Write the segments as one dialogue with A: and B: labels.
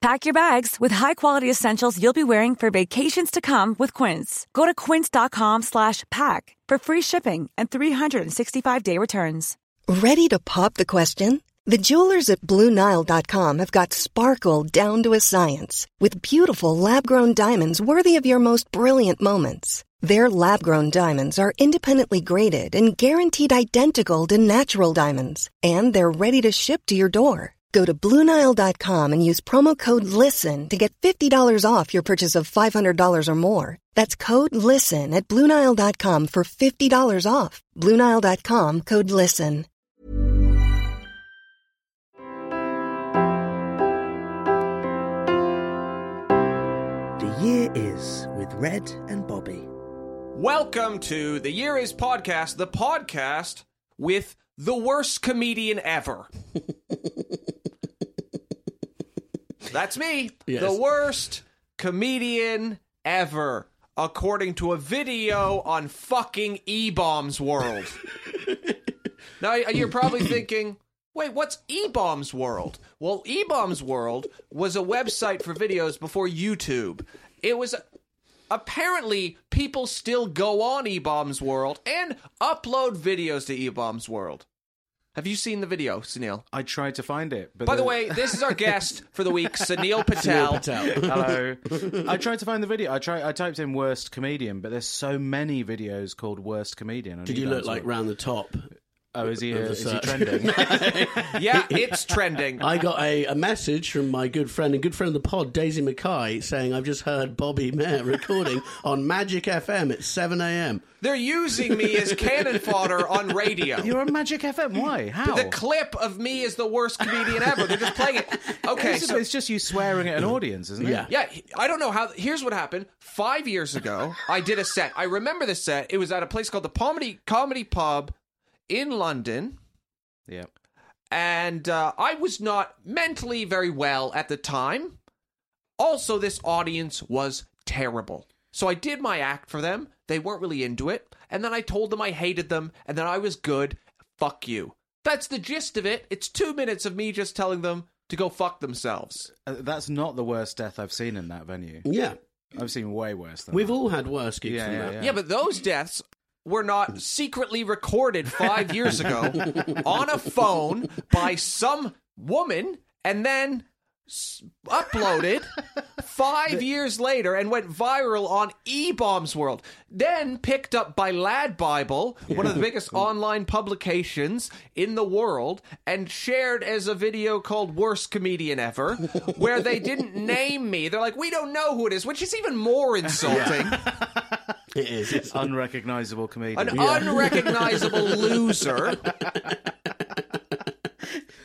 A: Pack your bags with high-quality essentials you'll be wearing for vacations to come with Quince. Go to quince.com/pack for free shipping and 365-day returns.
B: Ready to pop the question? The jewelers at BlueNile.com have got sparkle down to a science with beautiful lab grown diamonds worthy of your most brilliant moments. Their lab grown diamonds are independently graded and guaranteed identical to natural diamonds, and they're ready to ship to your door. Go to BlueNile.com and use promo code LISTEN to get $50 off your purchase of $500 or more. That's code LISTEN at BlueNile.com for $50 off. BlueNile.com code LISTEN.
C: The year is with Red and Bobby.
D: Welcome to the Year Is Podcast, the podcast with the worst comedian ever. That's me,
E: Yes.
D: the worst comedian ever, according to a video on fucking E Bombs World. now, you're probably thinking. Wait, what's E-Bombs World? Well, E-Bombs World was a website for videos before YouTube. It was apparently people still go on E-Bombs World and upload videos to E-Bombs World. Have you seen the video, Sunil?
E: I tried to find it, but
D: By the way, this is our guest for the week, Sunil Patel.
E: Hello. I tried to find the video. I tried. I typed in worst comedian, but there's so many videos called worst comedian. on
F: Did you look
E: Eban's
F: like
E: one.
F: round the top?
E: Oh, is he?
F: of
E: Uh,
F: the
E: is he
F: search?
E: trending?
D: Yeah, it's trending.
F: I got a, a message from my good friend and good friend of the pod, Daisy Mackay, saying I've just heard Bobby Mayer recording on Magic FM at 7 a.m.
D: They're using me as cannon fodder on radio.
E: You're on Magic FM. Why? How?
D: The clip of me is the worst comedian ever. They're just playing it. Okay,
E: it's,
D: so
E: it's just you swearing at an audience, isn't it?
F: Yeah.
D: Yeah, he- I don't know how. Here's what happened. Five years ago, I did a set. I remember this set. It was at a place called the Comedy Comedy Pub in London,
E: Yeah.
D: and uh, I was not mentally very well at the time. Also, this audience was terrible. So I did my act for them. They weren't really into it, and then I told them I hated them, and then I was good. Fuck you. That's the gist of it. It's two minutes of me just telling them to go fuck themselves.
E: Uh, that's not the worst death I've seen in that venue.
F: Yeah.
E: I've seen way worse than
F: We've
E: that.
F: all had worse gigs
E: Yeah,
F: than
E: yeah,
F: that.
D: Yeah, but those deaths were not secretly recorded five years ago on a phone by some woman and then s- uploaded five years later and went viral on e-bombs world then picked up by lad bible one of the biggest online publications in the world and shared as a video called worst comedian ever where they didn't name me they're like we don't know who it is which is even more insulting
F: It is. It's- uh,
E: unrecognizable comedian.
D: an unrecognizable loser.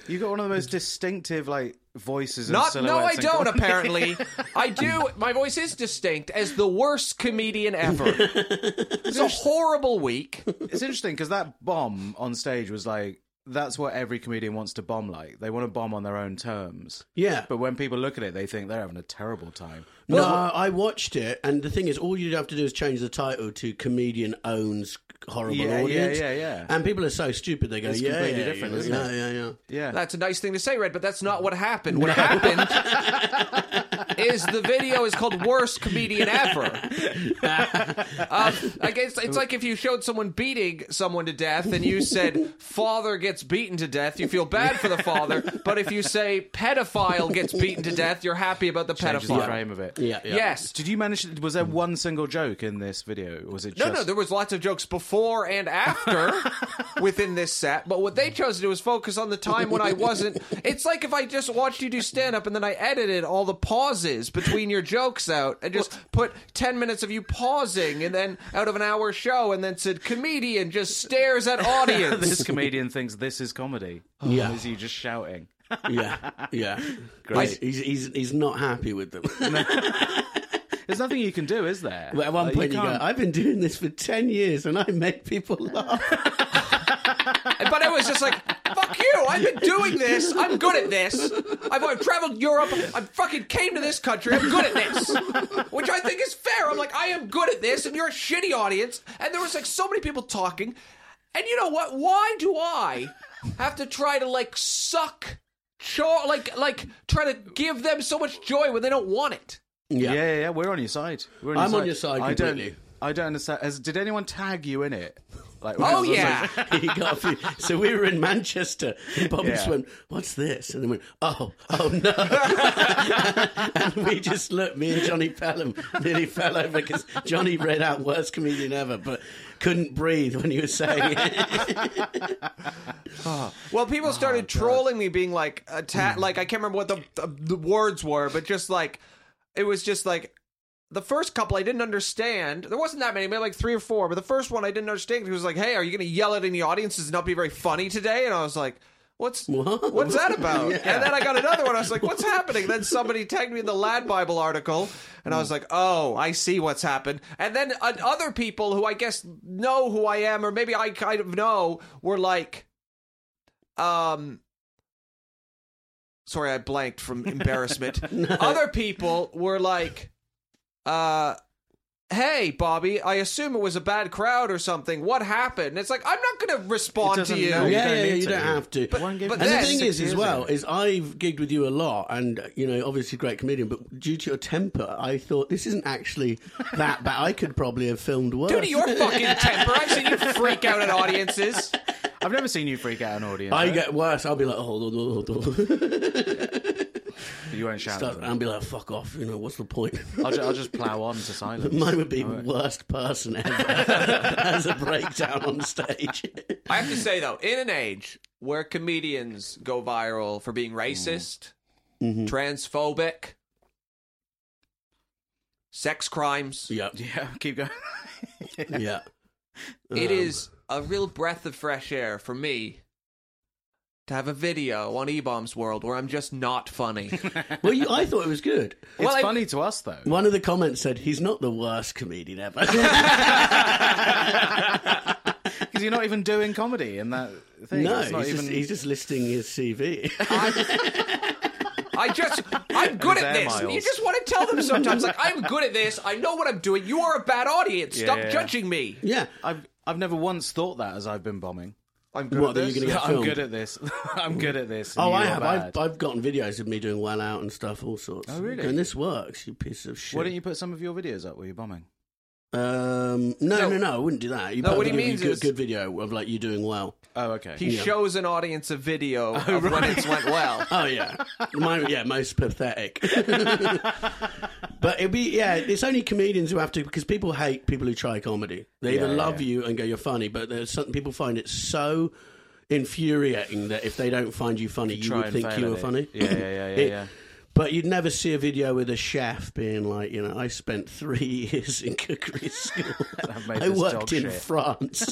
E: you got one of the most distinctive like voices. and
D: Not, no, I
E: silhouettes and-
D: don't. Apparently, I do. My voice is distinct as the worst comedian ever. It's a horrible week.
E: It's interesting because that bomb on stage was like that's what every comedian wants to bomb like. They want to bomb on their own terms.
F: yeah.
E: But when people look at it, they think they're having a terrible time.
F: No, I watched it, and the thing is, all you'd have to do is change the title to "Comedian Owns Horrible
E: Yeah, yeah,
F: Audience."
E: yeah, yeah.
F: And people are so stupid; they go,
E: It's
F: "Yeah,
E: completely
F: yeah,
E: different,
F: yeah,
E: isn't
F: yeah,
E: it?
F: yeah, yeah."
E: Yeah.
D: That's a nice thing to say, Red, but that's not what happened. What happened is the video is called "Worst Comedian Ever." Um, I guess it's like if you showed someone beating someone to death, and you said "father gets beaten to death," you feel bad for the father. But if you say "pedophile gets beaten to death," you're happy about the
E: Changes the
D: pedophile.
E: frame of it.
F: Yeah, yeah.
D: Yes.
E: Did you manage? Was there one single joke in this video? Or was it
D: No,
E: just...
D: no, there was lots of jokes before and after within this set, but what they chose to do was focus on the time when I wasn't. It's like if I just watched you do stand up and then I edited all the pauses between your jokes out and just put 10 minutes of you pausing and then out of an hour show and then said, comedian just stares at
E: this
D: audience.
E: comedian thinks this is comedy.
F: Oh. Yeah.
E: Is you just shouting?
F: yeah, yeah.
E: Great.
F: He's, he's he's not happy with them.
E: There's nothing you can do, is there?
F: But at one
E: Like,
F: point, you, go, "Oh,
E: can't-
F: "I've been doing this for ten years, and I make people laugh."
D: But it was just like, fuck you. I've been doing this. I'm good at this. I've, I've traveled Europe. I fucking came to this country. I'm good at this. Which I think is fair. I'm like, I am good at this, and you're a shitty audience. And there was like so many people talking. And you know what? Why do I have to try to like suck cho- like like try to give them so much joy when they don't want it?
E: Yeah,
F: Yeah.
E: yeah, yeah. We're on your side. We're on
F: I'm on your side
E: I don't.
F: completely.
E: I don't understand. Has, did anyone tag you in it? Like,
D: Oh
E: was it
D: yeah.
F: he got a few. So we were in Manchester, and Bobby just
E: Yeah.
F: went, "What's this?" And then went, "Oh, oh no!" and we just looked. Me and Johnny Pelham nearly fell over because Johnny read out worst comedian ever, but couldn't breathe when he was saying it.
D: Well, people started trolling me, being like, attack. Like I can't remember what the, the the words were, but just like it was just like the first couple I didn't understand. There wasn't that many, maybe like three or four. But the first one I didn't understand. 'cause He was like, "Hey, are you going to yell at any audiences and not be very funny today?" And I was like. What's
F: What?
D: what's that about?
F: Yeah.
D: And then I got another one. I was like, "What's happening?" Then somebody tagged me in the Lad Bible article, and I was like, "Oh, I see what's happened." And then uh, other people who I guess know who I am, or maybe I kind of know, were like, um sorry i blanked from embarrassment other people were like uh hey bobby i assume it was a bad crowd or something what happened it's like i'm not gonna
E: It
D: respond to
E: doesn't-
D: you
E: no,
F: yeah,
E: don't
F: yeah,
E: need
F: you
E: to.
F: don't have to.
D: But-
E: One game-
D: but
F: and the
D: that's
F: thing
D: six
F: is, as
E: years
F: well,
E: ago.
F: is I've gigged with you a lot, and you know, obviously, great comedian. But due to your temper, I thought this isn't actually that bad. I could probably have filmed worse.
D: due to your fucking temper i've seen you freak out at audiences
E: I've never seen you freak out an audience.
F: I
E: though.
F: get worse. I'll be like, "Oh, hold on, hold on, hold on.
E: You won't shout.
F: Start,
E: at them.
F: and be like, fuck off. You know, what's the point?
E: I'll, ju- I'll just plow on to silence.
F: Mine would be worst person ever as a breakdown on stage.
D: i have to say though in an age where comedians go viral for
E: Mm.
D: being racist transphobic sex crimes
F: yeah,
E: Yeah, keep going.
F: yeah.
D: It
F: Um,
D: is a real breath of fresh air for me to have a video on E-Bomb's World where I'm just not funny.
F: Well, you, I thought it was good.
E: It's
D: I-
E: funny to us though.
F: One of the comments said, he's not the worst comedian ever.
E: Because you're not even doing comedy in that thing.
F: no,
E: it's not
F: he's,
E: even.
F: just, he's just listing his CV.
D: I just, I'm good at
E: Their
D: this.
E: miles.
D: You just want to tell them sometimes, like, I'm good at this. I know what I'm doing. You are a bad audience. Stop
E: Yeah.
D: judging me.
F: yeah.
E: I've I've never once thought that as I've been bombing.
D: I'm good
F: What,
D: at
F: that you're
D: this.
F: going to get
E: I'm
F: filmed?
E: good at this. I'm good at this. and
F: Oh,
E: you
F: I
E: are
F: have.
E: bad.
F: I've, I've gotten videos of me doing well out and stuff, all sorts.
E: Oh, really?
F: And this works, you piece of shit.
E: Why don't you put some of your videos up where you're bombing?
F: Um, no,
D: No.
F: no, no, I wouldn't do that. You
D: No,
F: put a
D: what he
F: video-
D: means
F: good,
D: is-
F: good video of like you doing well.
E: Oh, okay.
D: He
F: Yeah.
D: shows an audience a video
E: Oh,
D: of when it's went well.
F: Oh yeah, Mine, yeah, most pathetic. but it'd be yeah. It's only comedians who have to because people hate people who try comedy. They either
E: yeah,
F: love
E: yeah.
F: you and go you're funny, but there's some people find it so infuriating that if they don't find you funny, you
E: Try
F: would
E: and
F: think
E: fail
F: you
E: at
F: were
E: it.
F: funny.
E: Yeah, yeah, yeah, yeah,
F: It-
E: yeah.
F: But you'd never see a video with a chef being like, you know, I spent three years in cookery school.
E: made
F: I
E: this
F: worked
E: dog
F: in
E: shit."
F: France.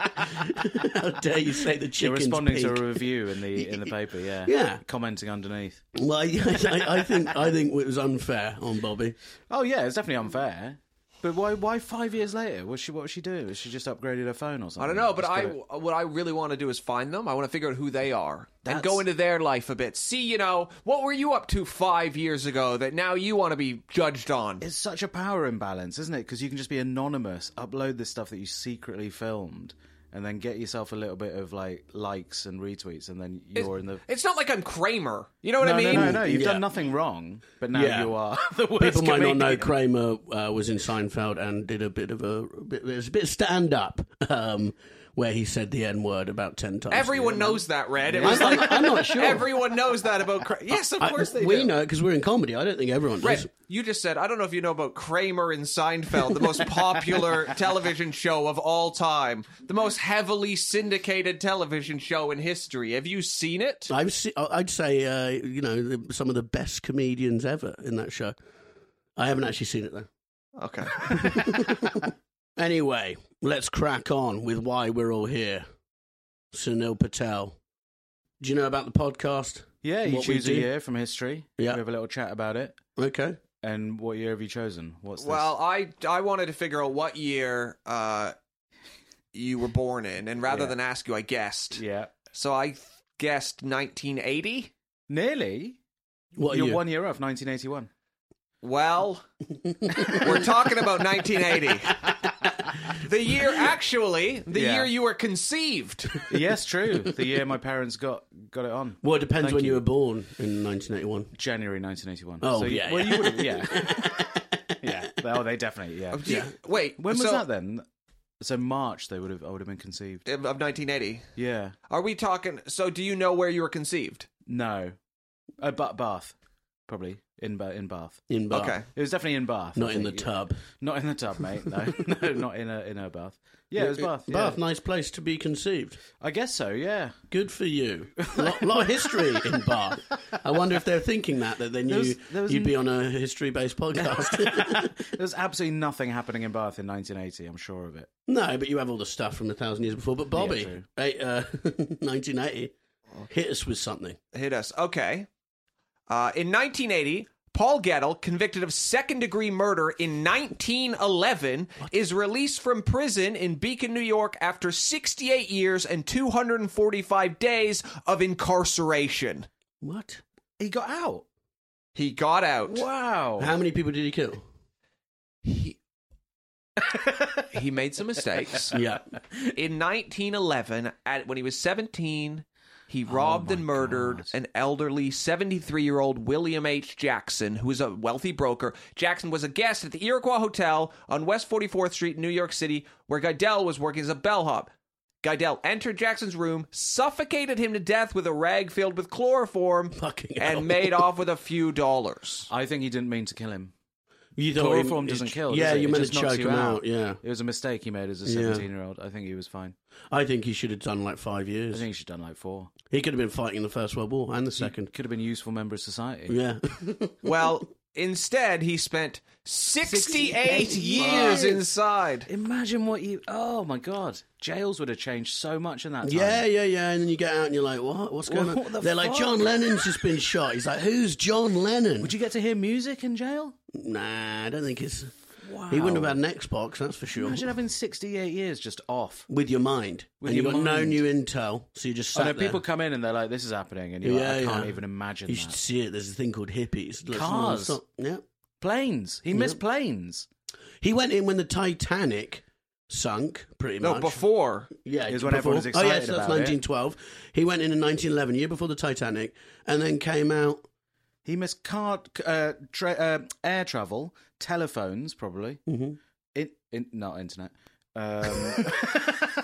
F: How dare you say the chicken's
E: You're responding to
F: pink.
E: a review in the in the paper, yeah.
F: Yeah.
E: Commenting underneath.
F: Well, I, I, I think I think it was unfair on Bobby.
E: Oh yeah, it's definitely unfair. But why why five years later? Was she what was she doing? Was she just upgraded her phone or something?
D: I don't know, but
E: Just
D: I
E: got it-
D: what I really want to do is find them. I want to figure out who they are and
E: That's-
D: go into their life a bit. See, you know, what were you up to five years ago that now you want to be judged on?
E: It's such a power imbalance, isn't it? Because you can just be anonymous, upload the stuff that you secretly filmed, and then get yourself a little bit of like likes and retweets, and then you're in the.
D: It's not like I'm Kramer. You know what
E: no,
D: I mean?
E: no, no, no. You've
F: Yeah.
E: done nothing wrong, but now
F: Yeah.
E: you are the worst.
F: People might not know
E: comedian.
F: Kramer uh, was in Seinfeld and did a bit of a, a bit, it was a bit stand up um, where he said the n word about ten times.
D: Everyone knows that, Red. It
F: I'm,
D: was like
F: I'm- I'm not sure.
D: everyone knows that about Kramer. Yes, of
F: I-
D: course they
F: we
D: do.
F: know because we're in comedy. I don't think everyone does.
D: Red, you just said I don't know if you know about Kramer and Seinfeld, the most popular television show of all time, the most heavily syndicated television show in history. Have you seen it?
F: I've se- I- I'd say uh, you know the, some of the best comedians ever in that show. I haven't actually seen it though.
D: Okay.
F: Anyway, let's crack on with why we're all here. Sunil Patel, do you know about the podcast?
E: Yeah, you
F: What we
E: choose a
F: do.
E: year from history.
F: Yeah.
E: we have a little chat about it.
F: Okay.
E: And what year have you chosen? What's this?
D: Well, I I wanted to figure out what year uh, you were born in, and rather
E: Yeah.
D: than ask you, I guessed.
E: Yeah.
D: So I th- guessed 1980.
E: Nearly.
F: What are
E: You're
F: you?
E: one year off, 1981.
D: Well, we're talking about 1980. The year, actually, the
E: Yeah.
D: year you were conceived.
E: yes, true. The year my parents got got it on.
F: Well, it depends
E: Thank
F: when you.
E: you.
F: were born in 1981.
E: January 1981.
F: Oh,
E: so you-
F: yeah,
E: Well,
F: yeah.
E: you would have, yeah. yeah. Oh, they definitely, yeah.
D: Wait,
E: When was
D: so-
E: that then? So March they would have. I would have been conceived.
D: Of 1980.
E: Yeah.
D: Are we talking? So, do you know where you were conceived?
E: No. Uh, but Bath, probably in Ba- in Bath.
F: In Bath.
D: Okay.
E: It was definitely in Bath. I
F: Not in the
E: think.
F: tub.
E: Not in the tub, mate. No, no, not in a in a bath. Yeah, it was Bath. yeah.
F: Bath, nice place to be conceived.
E: I guess so. Yeah.
F: Good for you. Lot, lot of history in Bath. I wonder if they're thinking that that they knew
E: There was- there was
F: you'd
E: n-
F: be on a history-based podcast.
E: There's absolutely nothing happening in Bath in 1980. I'm sure of it.
F: no, but you have all the stuff from a thousand years before. But Bobby,
E: true. Oh.
F: right, uh, 1980, hit us with something.
D: Hit us. Okay. Uh, in 1980, Paul Gettle, convicted of second degree murder in 1911, is released from prison in Beacon, New York after 68 years and 245 days of incarceration.
F: What?
E: He got out.
D: He got out.
E: Wow.
F: How many people did he kill?
D: He, he made some mistakes.
F: yeah.
D: In 1911, at when he was 17, he robbed and murdered an elderly 73 year old William H. Jackson, who was a wealthy broker. Jackson was a guest at the Iroquois Hotel on West 44th Street in New York City, where Guidel was working as a bellhop. Guidel entered Jackson's room, suffocated him to death with a rag filled with chloroform,
F: Fucking hell.
D: and made off with a few dollars.
E: I think he didn't mean to kill him.
F: You thought he-
E: Chloroform doesn't
F: it's-
E: kill.
F: Yeah,
E: does it?
F: you
E: It
F: meant to
E: just knocks
F: choke
E: you
F: him out. Yeah.
E: It was a mistake he made as a
F: Yeah.
E: 17 year old. I think he was fine.
F: I think he should have done like five
E: I
F: years.
E: think he should have done like four.
F: He could have been fighting in the First World War and the Second.
E: Could have been a useful member of society.
F: Yeah.
D: Well, instead, he spent 68 years inside.
E: Imagine what you. Oh my God. Jails would have changed so much in that time.
F: yeah, yeah, yeah. And then you get out and you're like, what? What's going
E: What
F: on?
E: the
F: They're like,
E: fuck?
F: John Lennon's just been shot. He's like, who's John Lennon?
E: Would you get to hear music in jail?
F: Nah, I don't think it's.
E: Wow.
F: He wouldn't have had an Xbox, that's for sure.
E: Imagine having 68 years just off.
F: With your mind.
E: With
F: and you've
E: your
F: got no
E: mind.
F: new intel, so you just
E: I
F: sat
E: know
F: there.
E: people come in and they're like, this is happening. And you're like, I can't even imagine
F: You
E: that.
F: should see it. There's a thing called hippies. Let's-
E: Cars.
F: let's not- Yeah.
E: Planes. He missed
F: Yeah.
E: planes.
F: He went in when the Titanic sunk, pretty
D: No,
F: much.
D: before.
F: Yeah,
E: Is when everyone was
F: Oh, yeah,
E: excited
F: so that's
E: about it.
F: 1912. He went in in 1911, year before the Titanic, and then came out.
E: He missed car, uh, tra- uh, air travel, telephones, probably.
F: Mhm.
E: In, in, not internet. Um,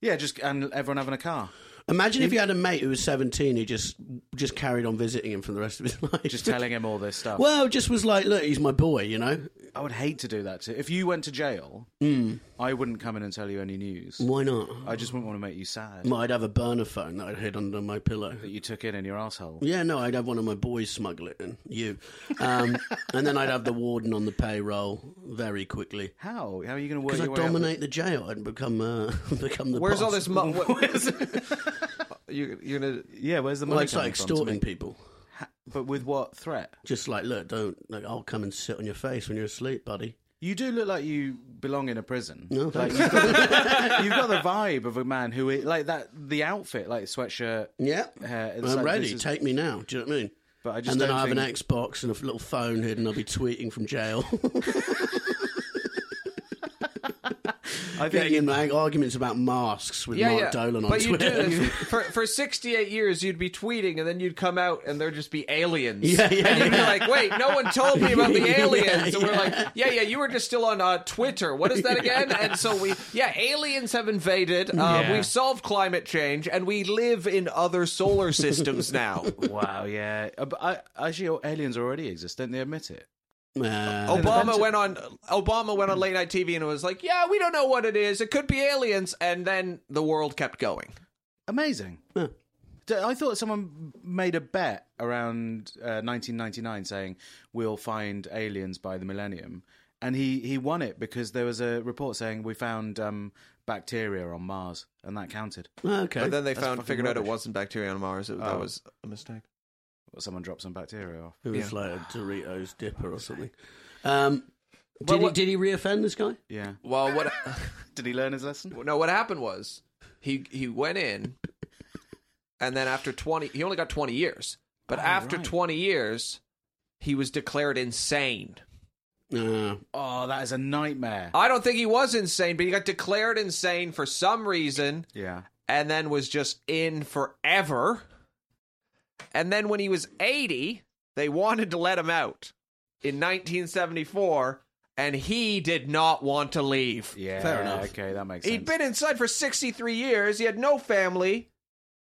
E: yeah, just and everyone having a car.
F: Imagine if you had a mate who was 17 who just just carried on visiting him for the rest of his life.
E: Just telling him all this stuff.
F: Well, just was like, look, he's my boy, you know?
E: I would hate to do that to. If you went to jail,
F: Mm.
E: I wouldn't come in and tell you any news.
F: Why not?
E: I just wouldn't want to make you sad
F: Well, I'd have a burner phone that I'd hid under my pillow.
E: that you took it in your asshole.
F: Yeah, no, I'd have one of my boys smuggle it in. You. Um, and then I'd have the warden on the payroll very quickly.
E: How? How are you going to work
F: Because I
E: your way out?
F: dominate the jail and become uh, become the
D: Where's
F: boss.
D: all this money? you, you're gonna
E: Yeah, where's the
F: Well,
E: money
F: it's like
E: coming from to
F: extorting
E: make-
F: people.
E: But with what threat?
F: Just like, look, don't. Like, I'll come and sit on your face when you're asleep, buddy.
E: You do look like you belong in a prison.
F: No,
E: like,
F: thanks.
E: you've, got, you've got the vibe of a man who is, like that. The outfit, like sweatshirt.
F: Yeah,
E: Uh, it's
F: I'm
E: like,
F: ready.
E: this is-
F: Take me now. Do you know what I mean?
E: But I just
F: and then
E: don't
F: I have an
E: think-
F: Xbox and a little phone hidden. I'll be tweeting from jail,
E: I think
F: getting in like, arguments about masks with Mark Dolan on
D: but you
F: Twitter.
D: do for for 68 years. You'd be tweeting, and then you'd come out, and there'd just be aliens.
F: Yeah, yeah,
D: And you'd
F: yeah.
D: be like, "Wait, no one told me about the
F: Yeah,
D: aliens." and we're
F: yeah.
D: like, "Yeah, yeah, you were just still on uh, Twitter. What is that again?" And so we, yeah, aliens have invaded. Uh,
E: Yeah.
D: We've solved climate change, and we live in other solar systems now.
E: wow, yeah. Uh, But I, actually, aliens already exist. Don't they admit it?
F: Uh,
D: Obama went on Obama went on late night TV and was like, "Yeah, we don't know what it is. It could be aliens." And then the world kept going.
E: Amazing.
F: Yeah.
E: D- I thought someone made a bet around uh, 1999 saying we'll find aliens by the millennium, and he he won it because there was a report saying we found um, bacteria on Mars, and that counted.
F: okay.
D: But then they
E: That's
D: found
E: fucking
D: figured out it
E: rubbish.
D: wasn't bacteria on Mars. It, That
E: Oh.
D: was a mistake.
E: Someone dropped some bacteria off.
F: It was
D: Yeah.
F: like a Doritos dipper or something. Um, Did, he, did he reoffend this guy?
E: Yeah.
D: Well, what?
E: Did he learn his lesson?
D: No, what happened was he he went in, and then after twenty, he only got twenty years. But
E: Oh,
D: after
E: right.
D: twenty years, he was declared insane.
F: Uh,
E: Oh, that is a nightmare.
D: I don't think he was insane, but he got declared insane for some reason,
E: Yeah.
D: and then was just in forever. And then when he was eighty, they wanted to let him out in 1974, and he did not want to leave.
E: Yeah.
F: Fair enough.
E: Okay, that makes
D: He'd
E: sense.
D: been inside for 63 years. He had no family.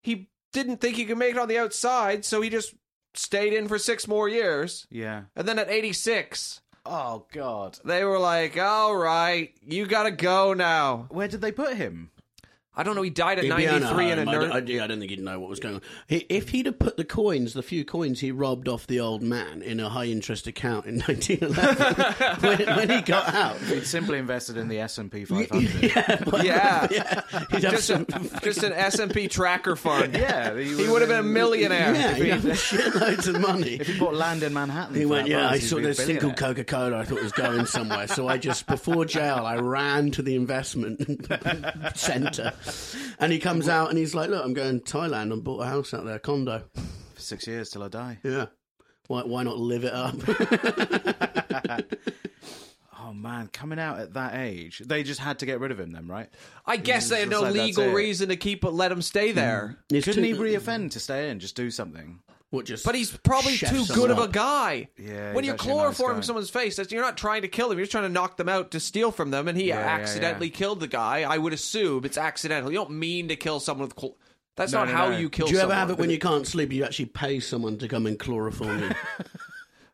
D: He didn't think he could make it on the outside, so he just stayed in for six more years.
E: yeah.
D: And then at 86,
E: Oh God.
D: they were like, all right, you gotta go now.
E: Where did they put him?
D: I don't know, he died at
F: he'd be on um,
D: 93 in a
F: home. I don't- I,
D: nerd.
F: yeah, I don't think he'd know what was going on. He, if he'd have put the coins, the few coins he robbed off the old man in a high interest account in 1911, when, when he got out,
E: He'd simply invested in the S and P 500.
F: yeah, well,
D: Yeah.
F: yeah, he'd have
D: Just,
F: some-
D: a, just an S&P tracker fund.
E: Yeah, he
D: He
E: would've
D: would have been a
E: been-
D: millionaire.
F: yeah, he'd have shitloads of money.
E: If he bought land in Manhattan,
F: He
E: for
F: went,
E: that
F: yeah,
E: price,
F: I
E: he'd
F: saw
E: be a
F: this single
E: billionaire."
F: Coca Cola I thought was going somewhere. So I just, before jail, I ran to the investment centre. And he comes out and he's like, look, I'm going to Thailand and bought a house out there, condo.
E: For six years till I die.
F: Yeah. Why, why not live it up?
E: Oh man, coming out at that age, they just had to get rid of him then, right?
D: I guess they had no
E: Just like that's
D: legal
E: it.
D: reason to keep let him
F: Mm.
D: stay there.
F: It's
E: Couldn't he
F: too-
E: reoffend to stay in? Just do something.
F: What, just
D: But he's probably
F: chef
D: too
F: someone
D: good of a
F: up?
D: guy.
E: Yeah,
D: When
E: he's
D: you
E: actually a nice
D: chloroform
E: guy.
D: someone's face, that's, you're not trying to kill him. You're trying to knock them out to steal from them. And he
E: yeah,
D: accidentally
E: yeah.
D: killed the guy. I would assume it's accidental. You don't mean to kill someone with. Chl- that's
E: No,
D: not
E: no,
D: how
E: no.
D: you kill.
F: Do you ever
D: someone.
F: have it when you can't sleep? You actually pay someone to come and chloroform you.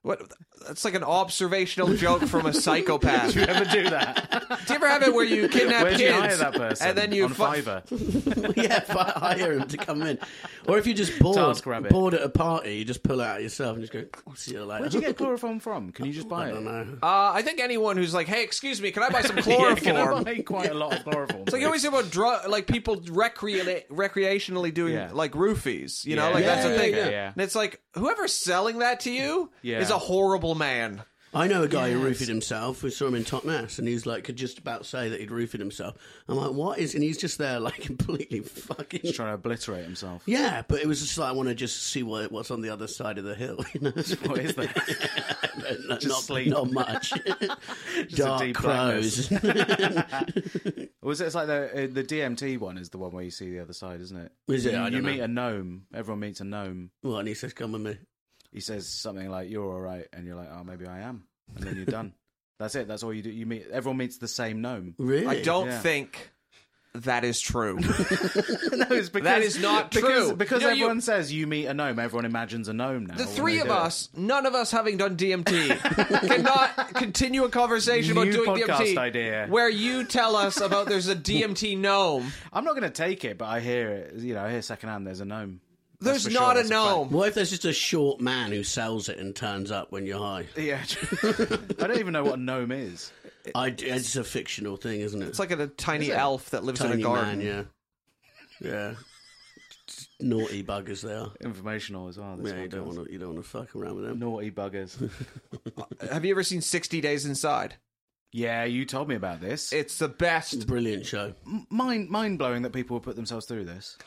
D: What? That's like an observational joke from a psychopath. do, you ever,
E: Never do that.
D: do you ever have it where you kidnap
E: Where'd
D: kids
E: you hire that person?
D: and then you
E: on
D: fu-
E: Fiverr.
F: yeah, if I hire him to come in, or if you're just bored,
E: TaskRabbit.
F: bored at a party, you just pull out yourself and just go. "Oh, See you later.
E: Where'd you get chloroform from? Can you just buy
F: I
E: it?
F: don't know.
D: Uh, I think anyone who's like, "Hey, excuse me, can I buy some
E: Yeah,
D: chloroform?"
E: can I buy quite a lot of chloroform.
D: It's like you always hear about drug, like people recrea- recreationally doing
E: Yeah.
D: like roofies. You know,
E: Yeah,
D: like
E: yeah,
D: that's the
F: yeah,
D: thing.
E: yeah, yeah.
D: And it's like whoever's selling that to you
E: Yeah.
D: is a horrible man.
F: I know a guy who roofied himself. We saw him in Totnes, and he's like, could just about say that he'd roofied himself. I'm like, what is? And he's just there, like, completely fucking.
E: He's trying to obliterate himself.
F: Yeah, but it was just like I want to just see what what's on the other side of the hill. You know,
E: What is that?
F: not,
E: Just
F: not-
E: sleep.
F: not much. Dark
E: deep
F: crows.
E: Was it it's like the uh, the DMT one is the one where you see the other side, isn't it?
F: Is it?
E: You,
F: I
E: you
F: don't
E: meet
F: know.
E: a gnome. Everyone meets a gnome.
F: well, and he says, "Come with me."
E: He says something like, "You're all right," and you're like, "Oh, maybe I am," and then you're done. That's it. That's all you do. You meet everyone meets the same gnome.
F: Really?
D: I don't
E: Yeah.
D: think that is true.
E: no, it's because
D: That is not
E: because-
D: true.
E: Because
D: No, you-
E: everyone says you meet a gnome. Everyone imagines a gnome now.
D: The
E: when
D: three
E: they
D: of
E: do it.
D: us, none of us having done DMT, cannot continue a conversation about
E: New
D: doing
E: podcast
D: DMT.
E: idea.
D: Where you tell us about there's a DMT gnome.
E: I'm not going to take it, but I hear it. You know, I hear secondhand. There's a gnome. That's
D: There's
E: for
D: not
E: sure,
D: a
E: that's fact.
D: gnome.
F: What if there's just a short man who sells it and turns up when you're high?
E: Yeah, I don't even know what a gnome is.
F: I, it's a fictional thing, isn't it?
D: It's like a, tiny elf that lives in a
F: tiny
D: garden.
F: man, yeah, yeah. Naughty buggers they are.
E: Informational as well. This
F: yeah,
E: one
F: you don't
E: does.
F: want to. You don't want to fuck around with them.
E: Naughty buggers.
D: Have you ever seen 60 Days Inside?
E: yeah, you told me about this.
D: It's the best.
F: Brilliant show.
E: mind mind blowing that people would put themselves through this.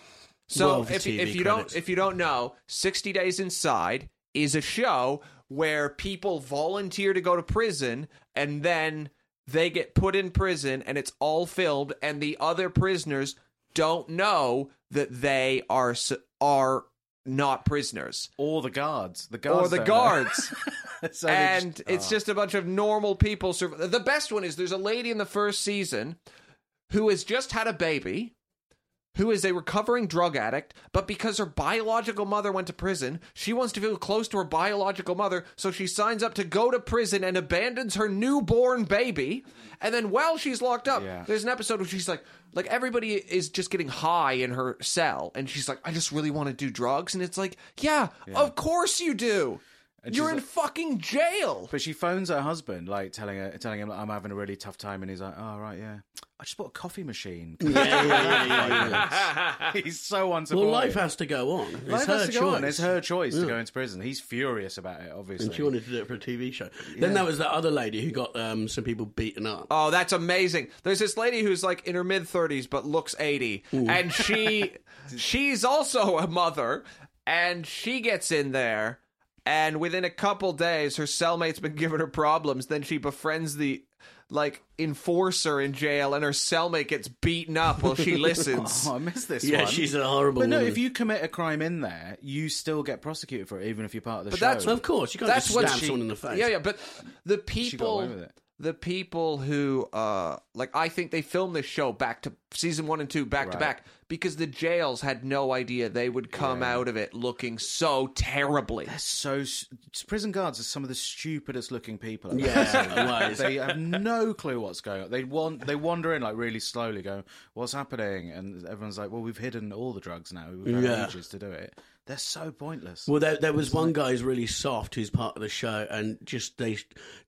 D: So
F: Well, the
D: if,
F: TV
D: if you
F: credits.
D: don't if you don't know, 60 Days Inside is a show where people volunteer to go to prison and then they get put in prison and it's all filmed and the other prisoners don't know that they are s- are not prisoners
E: Or the guards, the guards,
D: or the
E: don't
D: guards.
E: know. So they
D: and it's
E: oh.
D: just a bunch of normal people. Surv- the best one is there's a lady in the first season who has just had a baby, who is a recovering drug addict, but because her biological mother went to prison, she wants to feel close to her biological mother, so she signs up to go to prison and abandons her newborn baby. And then while she's locked up,
E: Yeah.
D: there's an episode where she's like, like everybody is just getting high in her cell, and she's like, I just really want to do drugs, and it's like, yeah, of course you do.
E: And
D: You're
E: she's
D: in
E: like-
D: fucking jail.
E: but she phones her husband, like telling her, telling him, like, I'm having a really tough time, and he's like, oh, right, yeah, I just bought a coffee machine.
F: Yeah, yeah, yeah, yeah, yeah.
E: he's so unsupportive.
F: Well, life has to go on. It's
E: Life
F: her
E: has to
F: choice.
E: go on. It's her choice to go into prison. He's furious about it, obviously.
F: And she wanted to do it for a TV show. Then there was that other lady who got um, some people beaten up.
D: Oh, that's amazing. There's this lady who's like in her mid 30s but looks 80 and she she's also a mother and she gets in there and within a couple days her cellmate's been giving her problems then she befriends the like enforcer in jail and her cellmate gets beaten up while she listens.
E: Oh, I missed this
F: yeah,
E: one.
F: she's a horrible.
E: But no,
F: woman.
E: if you commit a crime in there, you still get prosecuted for it, even if you're part of the
D: But
E: show.
D: that's-
F: of course, you can't
D: that's
F: just
D: what
F: stab
D: she-
F: someone in the face.
D: Yeah, yeah, but the people
E: away with it.
D: the people who uh like I think they filmed this show back to season 1 and 2 back to
E: Right.
D: back because the jails had no idea they would come out of it looking so terribly.
E: so s- prison guards are some of the stupidest looking people. I've ever seen.
F: Yeah,
E: they have no clue what's going on. They want they wander in like really slowly, go, "What's happening?" And everyone's like, "Well, we've hidden all the drugs now. We've had
F: Yeah.
E: ages to do it. They're so pointless."
F: Well, there, there was one guy who's really soft who's part of the show, and just they,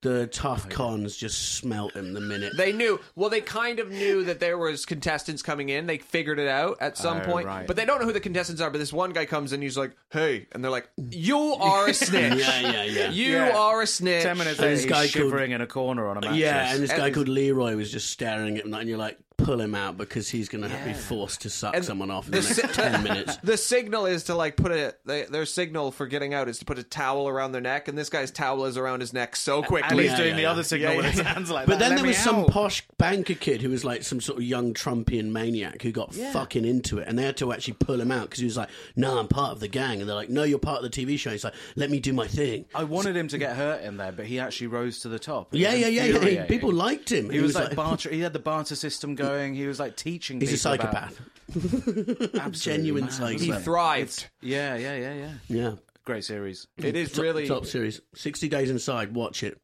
F: the tough cons just smelt him the minute.
D: They knew. Well, they kind of knew that there was contestants coming in. They figured it out at some
E: Oh,
D: point,
E: right.
D: but they don't know who the contestants are. But this one guy comes in, he's like, "Hey," and they're like, "You are a snitch.
F: Yeah, yeah, yeah.
D: You
E: Yeah.
D: are a snitch."
E: Ten minutes
F: And
E: later,
F: this
E: he's
F: guy called-
E: shivering in a corner on a mattress.
F: yeah, and this guy
D: And-
F: called Leroy was just staring at him, and you're like, pull him out because he's going to be forced to suck
D: And
F: someone off in the
D: the
F: next
D: si-
F: ten minutes.
D: The signal is to like put a they, their signal for getting out is to put a towel around their neck, and this guy's towel is around his neck so
E: and
D: quickly.
E: he's
F: Yeah,
E: doing
F: yeah,
E: the
F: yeah.
E: other signal
D: Yeah,
E: with
D: yeah.
E: his hands like that.
F: But then
E: Let
F: there
E: me
F: was some
E: out.
F: posh banker kid who was like some sort of young Trumpian maniac who got fucking into it, and they had to actually pull him out because he was like, "No, I'm part of the gang," and they're like, "No, you're part of the TV show." He's like, "Let me do my thing."
E: I wanted him to get hurt in there, but he actually rose to the top.
F: Yeah, yeah, yeah. yeah.
E: Infuriating.
F: People liked him.
E: He, was, like, barter. He had the barter system going. He was like teaching.
F: He's a
E: people about-
F: psychopath.
E: Absolutely
F: Genuine
E: mad.
F: psychopath.
D: he thrived.
E: Yeah, yeah, yeah, yeah.
F: Yeah.
E: Great series.
D: It is really
F: top series. Sixty Days Inside. Watch it.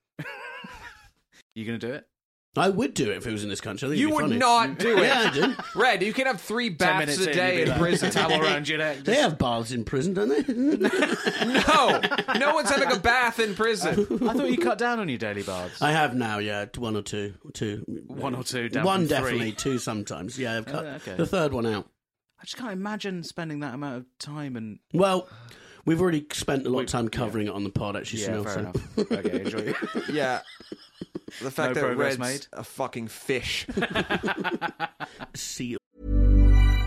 E: You gonna do it?
F: I would do it if it was in this country. I think
D: you
F: it'd be
D: would
F: funny.
D: not do it.
F: Yeah, I do.
D: Red, you can have three
E: Ten
D: baths
E: minutes
D: a
E: in,
D: day
E: you'll be
D: in
E: like,
D: prison.
E: towel around your neck.
F: They have baths in prison, don't they?
D: No, no one's having a bath in prison.
E: I thought you cut down on your daily baths.
F: I have now, yeah, one or two, two, uh,
E: One or two down
F: one
E: from three. Oh,
F: definitely, two sometimes. Yeah, I've cut
E: okay.
F: the third one out.
E: I just can't imagine spending that amount of time and.
F: Well, we've already spent a lot of time covering it on the pod, actually.
E: Yeah,
F: Sunil,
E: fair
F: so-
E: enough. Okay, enjoy. it.
D: Yeah. The fact
E: No
D: that Red's
E: progress made.
D: a fucking fish.
F: See you.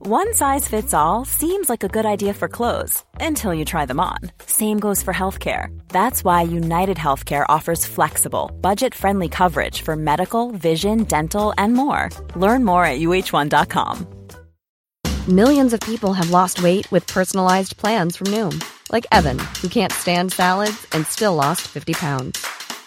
A: One size fits all seems like a good idea for clothes until you try them on. Same goes for healthcare. That's why United Healthcare offers flexible, budget friendly coverage for medical, vision, dental, and more. Learn more at uh1.com.
G: Millions of people have lost weight with personalized plans from Noom, like Evan, who can't stand salads and still lost 50 pounds.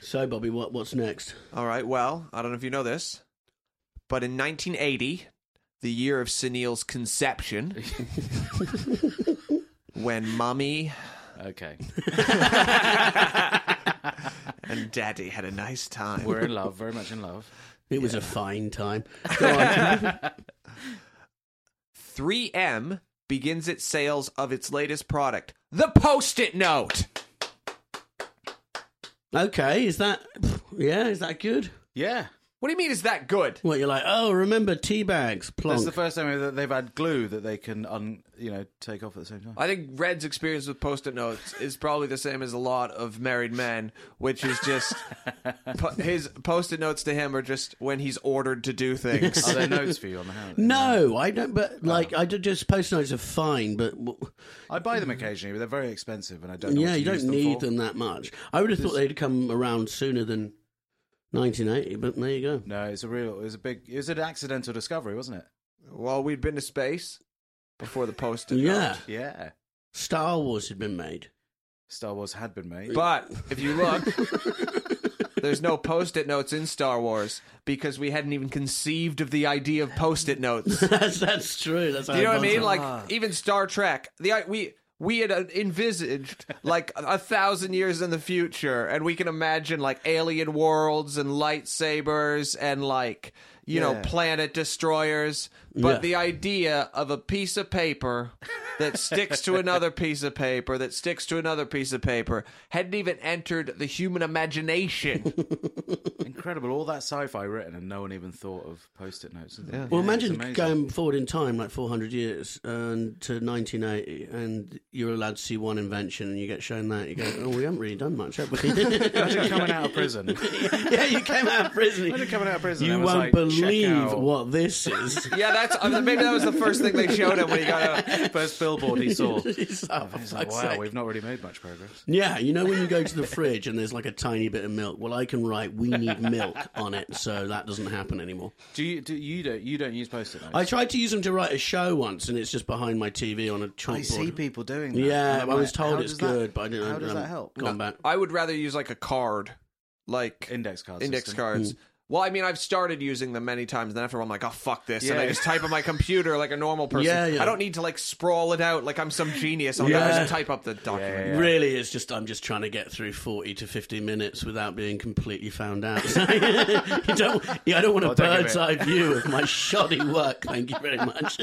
F: So, Bobby, what, what's next?
D: All right. Well, I don't know if you know this, but in 1980, the year of Sunil's conception, when Mummy
E: Okay.
D: and Daddy had a nice time.
E: We're in love, very much in love.
F: It was a fine time. Go on.
D: 3M begins its sales of its latest product, the Post-it note.
F: okay, is that? Yeah, is that good?
E: Yeah.
D: What do you mean? Is that good?
F: What you're like? Oh, remember tea bags?
E: That's
F: Plonk.
E: the first time that they've had glue that they can un, you know, take off at the same time.
D: I think Red's experience with post-it notes is probably the same as a lot of married men, which is just po- his post-it notes to him are just when he's ordered to do things.
E: Are there notes for you on the house?
F: no, I don't. But like,
E: Oh.
F: I did just post notes are fine, but w-
E: I buy them occasionally, but they're very expensive, and I don't. Know
F: yeah,
E: what to
F: you
E: use
F: don't need
E: for.
F: them that much. I would have thought they'd come around sooner than 1980, but there you go.
E: No, it's a real. It was a big. It was an accidental discovery, wasn't it?
D: well, we'd been to space before the post-it
F: Yeah,
E: Yeah.
F: Star Wars had been made.
E: Star Wars had been made.
D: note. But if you look, there's no post-it notes in Star Wars because we hadn't even conceived of the idea of post-it notes.
F: that's that's true. That's how
D: Do you know
F: it
D: what I
F: was.
D: mean? Like even Star Trek, the we we had uh, envisaged like a, a thousand years in the future, and we can imagine like alien worlds and lightsabers and like you know
E: Yeah.
D: planet destroyers. But
F: Yeah.
D: the idea of a piece of paper that sticks to another piece of paper that sticks to another piece of paper hadn't even entered the human imagination.
E: Incredible. All that sci-fi written, and no one even thought of post-it notes. did they? Yeah.
F: Well,
E: it's
F: imagine
E: amazing.
F: going forward in time like 400 years and to 1980, and you're allowed to see one invention, and you get shown that. You go, oh, we haven't really done much, have we?
E: Imagine coming out of prison.
F: yeah, you came out of prison.
E: Imagine coming out of prison
F: You
E: and was
F: won't
E: like, check
F: believe
E: out.
F: what this is.
D: yeah, that's I mean, maybe that was the first thing they showed him when he got out.
E: First billboard he saw.
F: It's like, for
E: He's like,
F: fuck's
E: wow,
F: sake.
E: we've not really made much progress.
F: Yeah, you know when you go to the fridge and there's like a tiny bit of milk. Well, I can write "we need milk" on it, so that doesn't happen anymore.
E: Do you? Do you don't? You don't use post-it notes?
F: I tried to use them to write a show once, and it's just behind my TV on a chalkboard.
E: I see people doing that.
F: Yeah,
E: And I'm
F: I was
E: like,
F: told
E: how
F: it's
E: does that-
F: good, but I didn't.
E: How does
F: I'm
E: that help?
F: Gone back.
D: I would rather use like a card, like
E: Index cards.
D: index
F: Hmm.
D: cards. Well, I mean, I've started using them many times. Then after a while, I'm like, oh fuck this, and I
E: Yeah.
D: just type on my computer like a normal person.
F: Yeah, yeah.
D: I don't need to like sprawl it out like I'm some genius. I'm
F: Yeah.
D: like, I just type up the document.
F: Really, it's just I'm just trying to get through forty to fifty minutes without being completely found out. So, you don't, yeah, I don't want a
E: I'll take a
F: bird's eye view of my shoddy work. Thank you very much.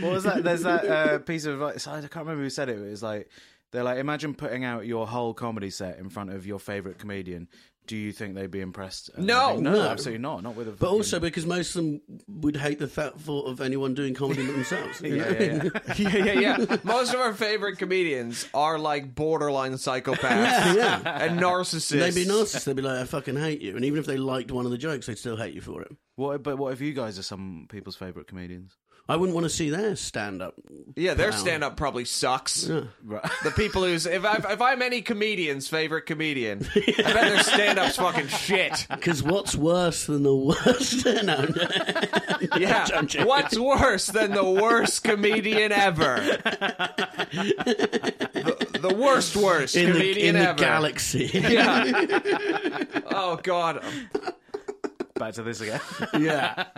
E: What was that? There's that uh, piece of advice. I can't remember who said it. But it was like they're like, imagine putting out your whole comedy set in front of your favorite comedian. Do you think they'd be impressed? And
D: No,
E: I think, no,
F: no.
E: absolutely not. Not with a.
F: But also because most of them would hate the th- thought of anyone doing comedy themselves. you know?
D: yeah, yeah, yeah. Most of our favorite comedians are like borderline psychopaths
F: yeah.
D: and narcissists.
F: They'd be narcissists. They'd be like, "I fucking hate you," and even if they liked one of the jokes, they'd still hate you for it.
E: What, but what if you guys are some people's favorite comedians?
F: I wouldn't want to see their stand-up.
D: Yeah, their
F: Wow.
D: stand up probably sucks.
E: Right.
D: The people who's if I if I'm any comedian's favorite comedian, I bet their stand up's fucking shit.
F: Because what's worse than the worst? no, no. I'm
D: Yeah.
F: joking.
D: What's worse than the worst comedian ever? the, the worst worst
F: in the, in
D: comedian
F: the
D: ever.
F: galaxy.
D: Yeah. oh god.
E: Back to this again.
F: yeah.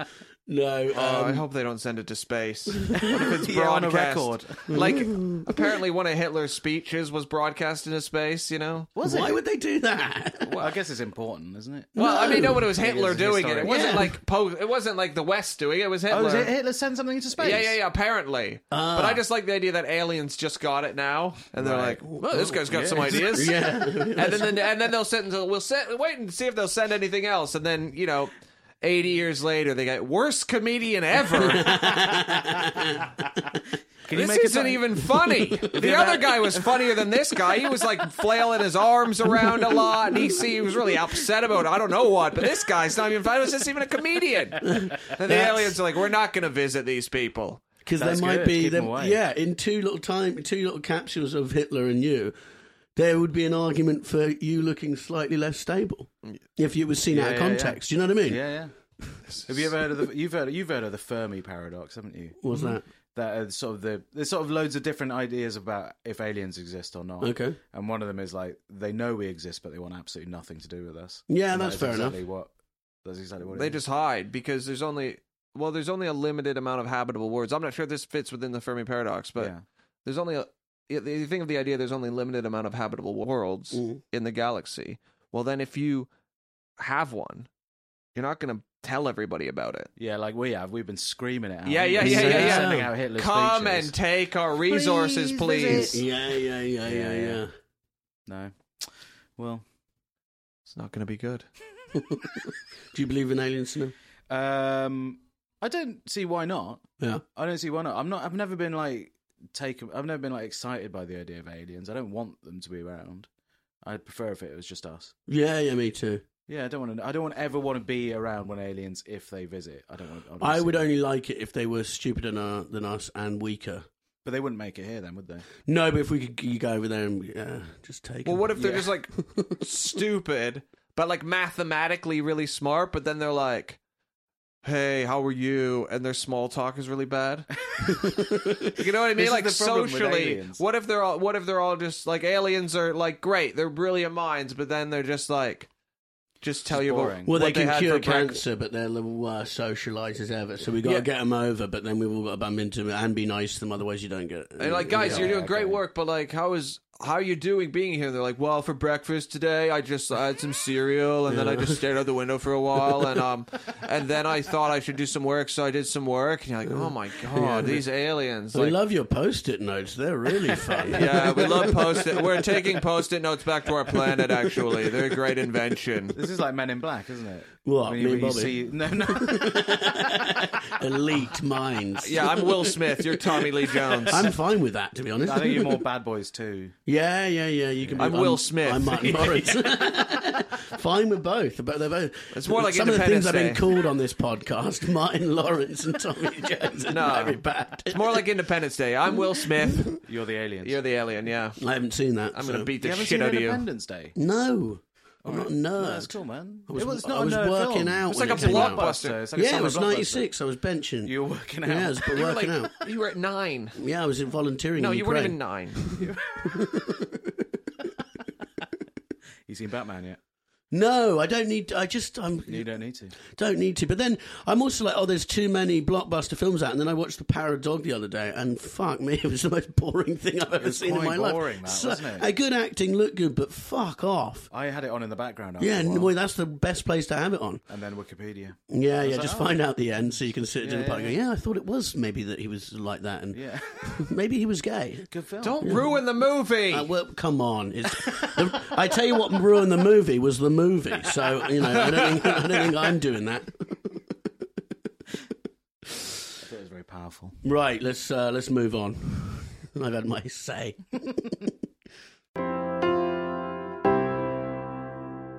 F: No.
D: Oh, I
F: um,
D: hope they don't send it to space. What if it's broadcast?
E: Yeah, on a record.
D: like apparently one of Hitler's speeches was broadcast into space, you know?
F: why would they do that?
E: well, I guess it's important, isn't it?
D: Well, I mean, no, but it was Hitler
E: it's
D: doing it. It
E: historic.
D: wasn't
F: Yeah.
D: like po- it wasn't like the West doing it. It was Hitler.
E: Oh, is it Hitler send something into space? Ah.
D: Yeah, yeah, yeah. Apparently, but I just like the idea that aliens just got it now, and they're like,
E: Right.
D: "Well, this guy's got some ideas."
F: yeah.
D: and then and then they'll send. We'll send, wait and see if they'll send anything else, and then you know. 80 years later, they get worst comedian ever.
E: Can you
D: this
E: make a
D: isn't
E: time-
D: even funny. The other guy was funnier than this guy. He was like flailing his arms around a lot. And he, see, he was really upset about I don't know what, but this guy's not even funny. Was this even a comedian? And the aliens are like, we're not going to visit these people.
F: Because there
E: That's
F: might
E: good,
F: be,
E: keep 'em
F: there-
E: away.
F: yeah, in two little time, two little capsules of Hitler and you, there would be an argument for you looking slightly less stable if it was seen out of
E: yeah, yeah.
F: context. Do you know what I mean?
E: Yeah, yeah. Have you ever heard of the? You've heard you've heard of the Fermi paradox, haven't you?
F: What's that?
E: Mm-hmm. that are sort of the there's sort of loads of different ideas about if aliens exist or not.
F: Okay.
E: And one of them is like they know we exist, but they want absolutely nothing to do with us.
F: Yeah,
E: And that
F: that's
E: is
F: fair enough.
E: exactly What that's exactly what it
D: They
E: is.
D: just hide because there's only well, there's only a limited amount of habitable words. I'm not sure if this fits within the Fermi paradox, but
E: yeah.
D: there's only a you you think of the idea there's only limited amount of habitable worlds
E: Mm-hmm.
D: in the galaxy. Well, then if you have one, you're not going to tell everybody about it.
E: Yeah, like we have. We've been screaming it out.
D: Yeah, yeah,
E: We've
D: yeah,
E: been
D: yeah, yeah.
E: Sending out Hitler's
D: Come
E: speeches.
D: and take our resources, please.
F: Yeah, yeah, yeah, yeah,
E: Yeah,
F: yeah.
E: No. Well,
D: It's not going to be good.
F: Do you believe in aliens, Snow?
E: um, I don't see why not.
F: Yeah.
E: I don't see why not. I'm not. I've never been like taken. I've never been like excited by the idea of aliens. I don't want them to be around. I'd prefer if it was just us.
F: Yeah, yeah, me too.
E: Yeah, I don't want to. I don't want ever want to be around when aliens if they visit. I don't want. I, don't wanna
F: I
E: see
F: would
E: them.
F: only like it if they were stupider than, our, than us and weaker.
E: But they wouldn't make it here, then, would they?
F: No, but if we could you go over there and uh, just take.
D: Well,
F: them.
D: what if they're
F: Yeah.
D: just like stupid, but like mathematically really smart, but then they're like, hey, how are you? And their small talk is really bad. you know what I mean?
E: is
D: like
E: the problem with
D: socially,
E: aliens.
D: what if they're all what if they're all just like aliens are like great, they're brilliant minds, but then they're just like just tell
E: Just
D: you
E: boring.
D: about
F: Well,
D: what
F: they can
D: had
F: cure
D: for breakfast.
F: cancer, but they're the worst socializers ever. So we got to
D: Yeah.
F: 'em get them over, but then we've all got to bump into them and be nice to them. Otherwise, you don't get.
D: And like, guys,
F: Yeah.
D: you're doing great work, but like, how is how are you doing being here? They're like, well, for breakfast today, I just I had some cereal, and then I just stared out the window for a while, and um, and then I thought I should do some work, so I did some work. And you're like, oh my god, these aliens!
F: I
D: Like,
F: love your post-it notes. They're really fun.
D: yeah, we love post-it. We're taking post-it notes back to our planet. Actually, they're a great invention.
E: This is like Men in Black, isn't it?
F: What,
E: When
F: me
E: you,
F: and
E: when you
F: Bobby?
E: see, no, no.
F: elite minds.
D: Yeah, I'm Will Smith. You're Tommy Lee Jones.
F: I'm fine with that, to be honest.
E: I think you're more Bad Boys too.
F: Yeah, yeah, yeah. You can. Be,
D: I'm Will Smith.
F: I'm Martin Lawrence. Fine with both, but they're both.
D: It's more like
F: some of the
D: Independence
F: things I've been
D: Day.
F: called on this podcast: Martin Lawrence and Tommy Jones. And
D: No.
F: very bad.
D: It's more like Independence Day. I'm Will Smith.
E: You're the aliens.
D: You're the alien. Yeah,
F: I haven't seen that.
D: I'm gonna
F: so-
D: beat
E: you
D: the
E: haven't
D: shit
E: seen
D: out of you.
E: Independence Day.
F: No, I'm not a nerd.
E: No, that's cool, man.
F: I was,
E: it was
F: I
E: not
F: was
E: a nerd
F: working
E: film.
F: out.
D: It's
F: when
D: like a
F: it came out.
D: blockbuster.
E: It's like a
F: yeah, it
E: summer
F: was
E: blockbuster.
F: '96. I was benching.
E: You were working out.
F: Yeah, I was b-
D: You were
F: working out.
D: like, you were at nine.
F: Yeah, I was volunteering.
D: No,
F: in
D: you weren't even
F: Ukraine.
D: nine.
E: You seen Batman yet?
F: No, I don't need. I just I'm
E: You don't need to.
F: don't need to. But then I'm also like, oh, there's too many blockbuster films out. And then I watched The Power Dog the other day, and fuck me, it was the most boring thing I've ever
E: was
F: seen in
E: quite
F: my
E: boring,
F: life.
E: that, wasn't it?
F: A good acting looked good, but fuck off.
E: I had it on in the background. After
F: Yeah,
E: a
F: and,
E: while.
F: well, that's the best place to have it on.
E: and then Wikipedia.
F: Yeah, yeah.
E: like,
F: Just
E: oh.
F: find out the end so you can sit at
E: Yeah,
F: dinner party.
E: yeah,
F: and go, Yeah, I thought it was maybe that he was like that, and
E: Yeah,
F: maybe he was gay.
E: good film.
D: Don't ruin the movie.
F: Uh, well, come on! It's, the, I tell you what ruined the movie was the movie. So you know, I don't think, I don't think I'm doing that.
E: It was very powerful.
F: Right, let's uh, let's move on. I've had my say.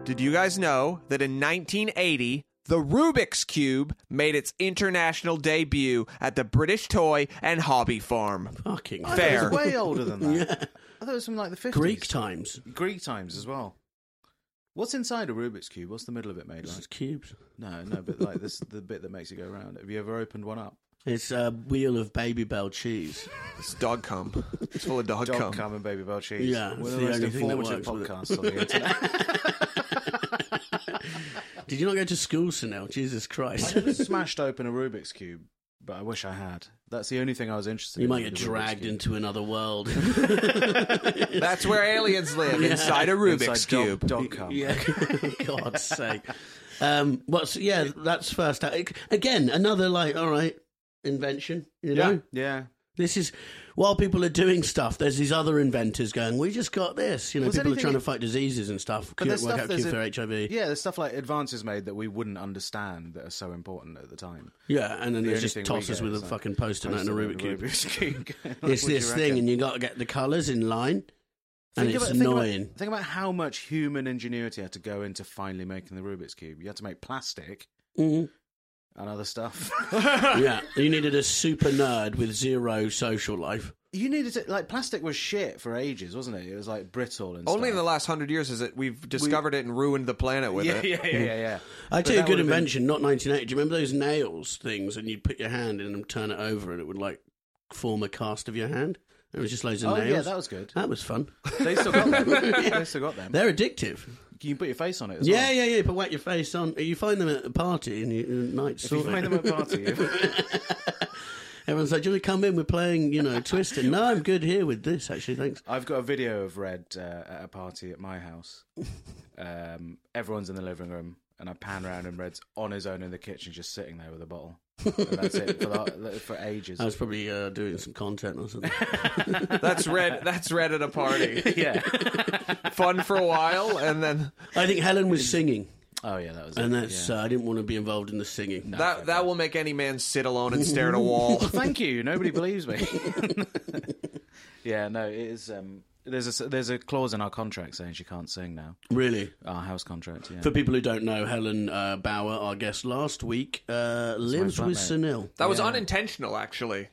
D: Did you guys know that in 1980, the Rubik's Cube made its international debut at the British Toy and Hobby Farm?
F: Fucking
E: I thought
D: Fair.
E: It was way older than that. I thought it was from like the fifties.
F: Greek times.
E: Greek times as well. What's inside a Rubik's cube? What's the middle of it made
F: It's
E: like?
F: just cubes.
E: No, no, but like this, the bit that makes it go round. Have you ever opened one up?
F: It's a wheel of baby bell cheese.
D: It's dog cum. It's full of dog,
E: Dog
D: cum.
E: cum and baby bell cheese.
F: Yeah,
E: one
F: it's
E: of the,
F: the
E: most
F: only thing that
E: informative
F: works
E: podcasts on the internet.
F: Did you not go to school, Sunil? Jesus Christ!
E: I smashed open a Rubik's cube, but I wish I had. That's the only thing I was interested.
F: you
E: in.
F: might
E: with the
F: get
E: Rubik's
F: dragged
E: cube.
F: into another world.
D: That's where aliens live, inside a Rubik's
E: Inside dog-
D: Cube.
E: Dog cum.
F: Yeah, God's sake. Um, what's yeah? That's first out. Again, another like all right invention. You know,
E: yeah, yeah.
F: this is while people are doing stuff. There's these other inventors going. We just got this. You know,
E: Was
F: people are
E: anything-
F: trying to fight diseases and stuff. Cure, work
E: there's stuff-
F: out
E: there's
F: cure for
E: a-
F: HIV.
E: Yeah, there's stuff like advances made that we wouldn't understand that are so important at the time.
F: Yeah, and then
E: The
F: they
E: only
F: just
E: thing we
F: toss us
E: get
F: with a
E: is, like,
F: fucking poster note and a
E: poster
F: Rubik's
E: with
F: cube.
E: Rubik's cube. What
F: It's
E: do you
F: this
E: reckon?
F: thing, and you got to get the colours in line, and
E: Think
F: it's
E: about- think about-
F: annoying.
E: Think about, how much human ingenuity had to go into finally making the Rubik's cube. You had to make plastic
F: Mhm.
E: and other stuff.
F: yeah, you needed a super nerd with zero social life.
E: you needed to like plastic was shit for ages, wasn't it? It was like brittle and
D: Only in
E: stuff.
D: the last hundred years is it we've discovered it and ruined the planet with
E: yeah,
D: it.
E: yeah, yeah, yeah, yeah.
F: I
E: But
F: tell you, a
E: that
F: good
E: would've been-
F: invention, not 1980. Do you remember those nails things, and you'd put your hand in and turn it over, and it would like form a cast of your hand? It was just loads of
E: Oh
F: nails.
E: yeah, that was good.
F: That was fun.
E: They still got them. They still got them.
F: They're addictive.
E: You can put your face on it. As
F: yeah,
E: well.
F: yeah, yeah. But whack your face on. You find them at a party and you, at night.
E: If you find them at a party, if-
F: Everyone's like, "Do you want to come in? We're playing, you know, Twister." No, I'm good here with this. Actually, thanks.
E: I've got a video of Red uh, at a party at my house. Um, everyone's in the living room, and I pan around, and Red's on his own in the kitchen, just sitting there with a bottle. And that's it for, the, for ages.
F: I was probably uh, doing some content or something.
D: That's red. That's red at a party.
E: yeah.
D: Fun for a while, and then
F: I think Helen was singing,
E: Oh yeah, that was.
F: and
E: it.
F: that's uh, I didn't want to be involved in the singing.
D: that that will make any man sit alone and stare at a wall.
E: Thank you. Nobody believes me. yeah, no, it is. Um, there's a there's a clause in our contract saying she can't sing now.
F: Really,
E: Our house contract. Yeah.
F: for people who don't know, Helen uh, Bauer, our guest last week, uh, lives with
E: flatmate.
F: Sunil.
D: That was unintentional, actually.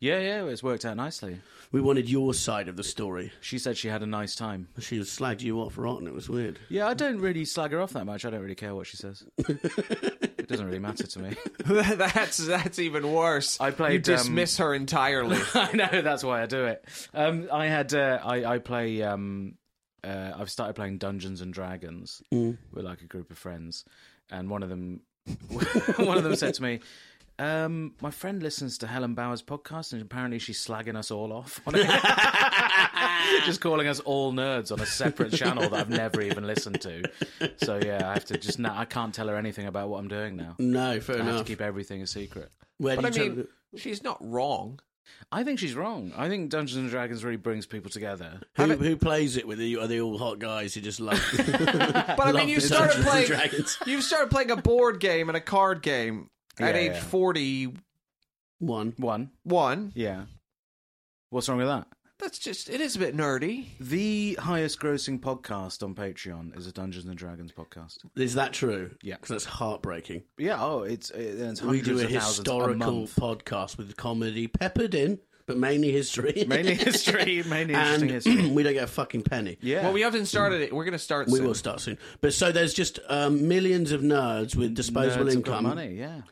E: yeah, yeah, it's worked out nicely.
F: We wanted your side of the story.
E: She said she had a nice time.
F: She slagged you off rotten. It was weird.
E: Yeah, I don't really slag her off that much. I don't really care what she says. it doesn't really matter to me.
D: that's that's even worse.
E: I played, um,
D: You dismiss her entirely.
E: I know that's why I do it. Um, I had uh, I, I play um, uh, I've started playing Dungeons and Dragons
F: Mm.
E: with like a group of friends, and one of them one of them said to me. Um, my friend listens to Helen Bauer's podcast, and apparently she's slagging us all off. On it. just calling us all nerds on a separate channel that I've never even listened to. So yeah, I have to just now. I can't tell her anything about what I'm doing now.
F: No, fair
E: I have to
F: enough.
E: keep everything a secret.
F: Where
D: But I
F: did you
D: mean, she's not wrong.
E: I think she's wrong. I think Dungeons and Dragons really brings people together.
F: tell- who, who plays it with you? Are they all hot guys who just love?
D: But I mean, you started
F: Dungeons and
D: playing.
F: Dragons.
D: You've started playing a board game and a card game at
E: Yeah,
D: age
E: yeah.
D: forty-one.
F: One.
E: One, yeah. What's wrong with that?
D: That's just. It is a bit nerdy.
E: The highest grossing podcast on Patreon is a Dungeons and Dragons podcast.
F: Is that true?
E: Yeah.
F: because that's heartbreaking.
E: Yeah, oh, it's, it's
F: We
E: hundreds
F: do a
E: of thousands a
F: historical
E: month.
F: podcast with comedy peppered in, but mainly history.
E: mainly history, mainly interesting
F: and
E: history.
F: we don't get a fucking penny.
E: Yeah.
D: Well, we haven't started it. We're going to start.
F: We
D: soon.
F: will start soon. But so there's just um, millions of nerds with disposable
E: Nerds have got
F: income.
E: money, yeah.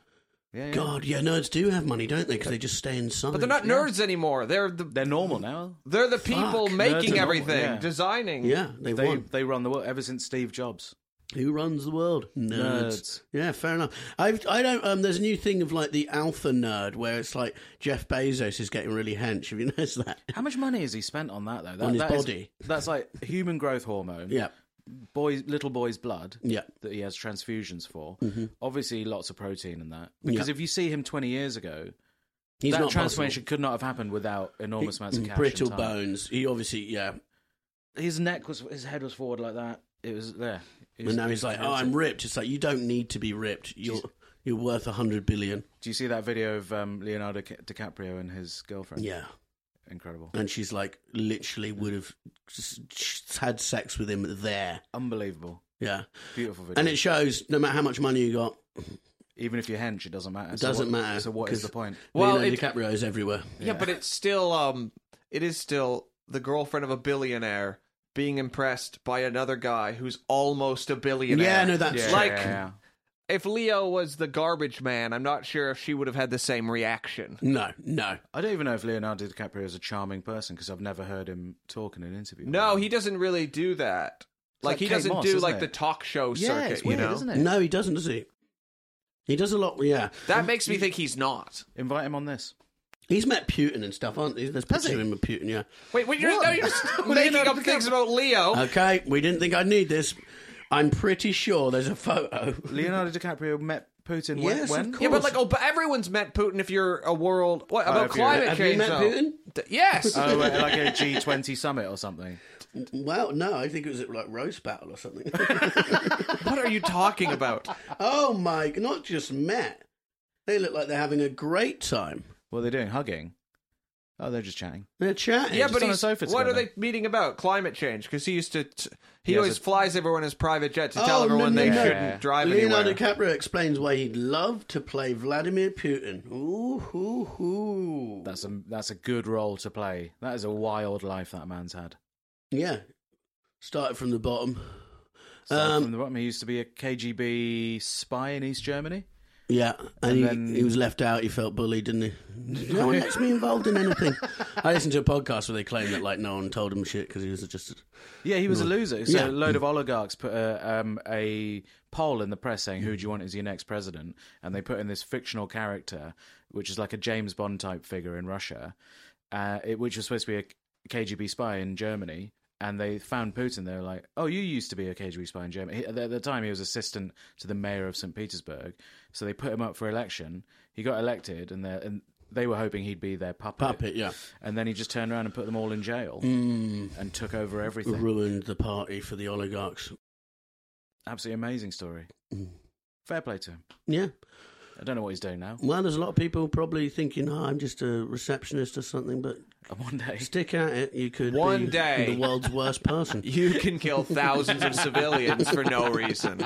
E: yeah, yeah.
F: God, yeah, nerds do have money, don't they? Because they just stay inside.
D: But they're not nerds anymore. They're the
E: They're normal now.
D: they're the people
F: Nerds are
D: making
E: normal,
D: everything,
E: yeah.
D: designing.
F: Yeah, they,
E: They
F: won.
E: they run the world ever since Steve Jobs.
F: Who runs the world? Nerds.
E: Nerds.
F: Yeah, fair enough. I've, I don't. Um, there's a new thing of like the alpha nerd, where it's like Jeff Bezos is getting really hench. Have you noticed that?
E: How much money has he spent on that though? That,
F: On his
E: that is-
F: body.
E: that's like human growth hormone.
F: Yeah,
E: boys, little boy's blood.
F: yeah.
E: that he has transfusions for. Obviously, lots of protein in that.
F: Mm-hmm. Yeah.
E: Because if you see him 20 years ago,
F: He's
E: that
F: not
E: transformation
F: possible.
E: could not have happened without enormous amounts of
F: Mm,
E: cash.
F: brittle
E: and time.
F: bones. He obviously, yeah.
E: His neck was, his head was forward like that. It was there. It was-
F: And now he's like, "Oh, I'm ripped." It's like you don't need to be ripped. You're you're worth a hundred billion.
E: Do you see that video of um, Leonardo Ca- DiCaprio and his girlfriend?
F: Yeah.
E: Incredible.
F: And she's like, literally would have s- s- had sex with him there.
E: Unbelievable.
F: Yeah.
E: Beautiful video.
F: And it shows no matter how much money you got,
E: Even if you're hench, it doesn't matter.
F: it
E: So
F: doesn't
E: what-
F: matter.
E: So what is
F: 'cause
E: the point?
D: Well,
F: Leonardo
D: it-
F: DiCaprio is everywhere.
D: Yeah, but it's still um it is still the girlfriend of a billionaire being impressed by another guy who's almost a billionaire.
F: Yeah, no, that's
E: Yeah,
F: true.
D: like-
E: yeah, yeah.
D: If Leo was the garbage man, I'm not sure if she would have had the same reaction.
F: No, no.
E: I don't even know if Leonardo DiCaprio is a charming person because I've never heard him talk in an interview.
D: No, he doesn't really do that. Like,
E: like
D: he
E: Kate
D: doesn't
E: Moss,
D: do
E: isn't
D: like
E: it?
D: the talk show
E: Yeah,
D: circuit,
E: it's weird,
D: you know.
E: isn't it?
F: No, he doesn't, does he? He does a lot, yeah.
D: That makes me think he's not.
E: Invite him on this.
F: He's met Putin and stuff, aren't he? There's pictures of him with Putin, yeah.
D: Wait, wait you're, no, you're just making
E: Leonardo
D: up things about Leo.
F: Okay, we didn't think I'd need this. I'm pretty sure there's a photo.
E: Leonardo DiCaprio met Putin when?
F: Yes, of
E: when?
F: course.
D: yeah, but like, oh, but everyone's met Putin if you're a world. What
E: Oh,
D: about
E: if you're-
D: climate
F: Have you
D: change?
F: met
D: though?
F: Putin?
D: D- Yes.
E: Oh, uh, like a G20 summit or something.
F: Well, no, I think it was at like roast battle or something.
D: what are you talking about?
F: oh my! Not just met. They look like they're having a great time.
E: What are they doing? Hugging? Oh, they're just chatting.
F: They're chatting.
D: Yeah,
E: Just
D: but
E: on a
D: he's,
E: sofa
D: what are
E: together.
D: they meeting about? Climate change? Because he used to, t- he,
E: He has
D: always
E: a-
D: flies everyone his private jet to tell
F: Oh, no,
D: everyone
F: no,
D: they
F: no.
D: shouldn't drive
F: Leonardo
D: anywhere.
F: DiCaprio explains why he'd love to play Vladimir Putin. Ooh, hoo, hoo.
E: That's a that's a good role to play. That is a wild life that man's had.
F: yeah. Started from the bottom.
E: Started
F: Um,
E: from the bottom, he used to be a KGB spy in East Germany.
F: Yeah, and,
E: And
F: he,
E: then-
F: he was left out. He felt bullied, didn't he? No one lets me involved in anything. I listened to a podcast where they claimed that like no one told him shit because he was just.
E: Yeah, he was a loser. So a
F: Yeah.
E: load of oligarchs put a, um, a poll in the press saying, "Who do you want as your next president?" And they put in this fictional character, which is like a James Bond type figure in Russia, uh, it, which was supposed to be a KGB spy in Germany. And they found Putin. They were like, "Oh, you used to be a KGB spy in Germany." He- At the time, he was assistant to the mayor of St. Petersburg. So they put him up for election. He got elected, and, they're- and they were hoping he'd be their puppet.
F: Puppet, Mm. yeah.
E: And then he just turned around and put them all in jail and took over everything.
F: ruined the party for the oligarchs.
E: Absolutely amazing story.
D: Mm.
E: Fair play to him.
F: Yeah.
E: I don't know what he's doing now.
F: Well, there's a lot of people probably thinking, oh, I'm just a receptionist or something, but
E: One day.
F: stick at it. You could
D: One
F: be
D: day.
F: the world's worst person.
D: You can kill thousands of civilians for no reason.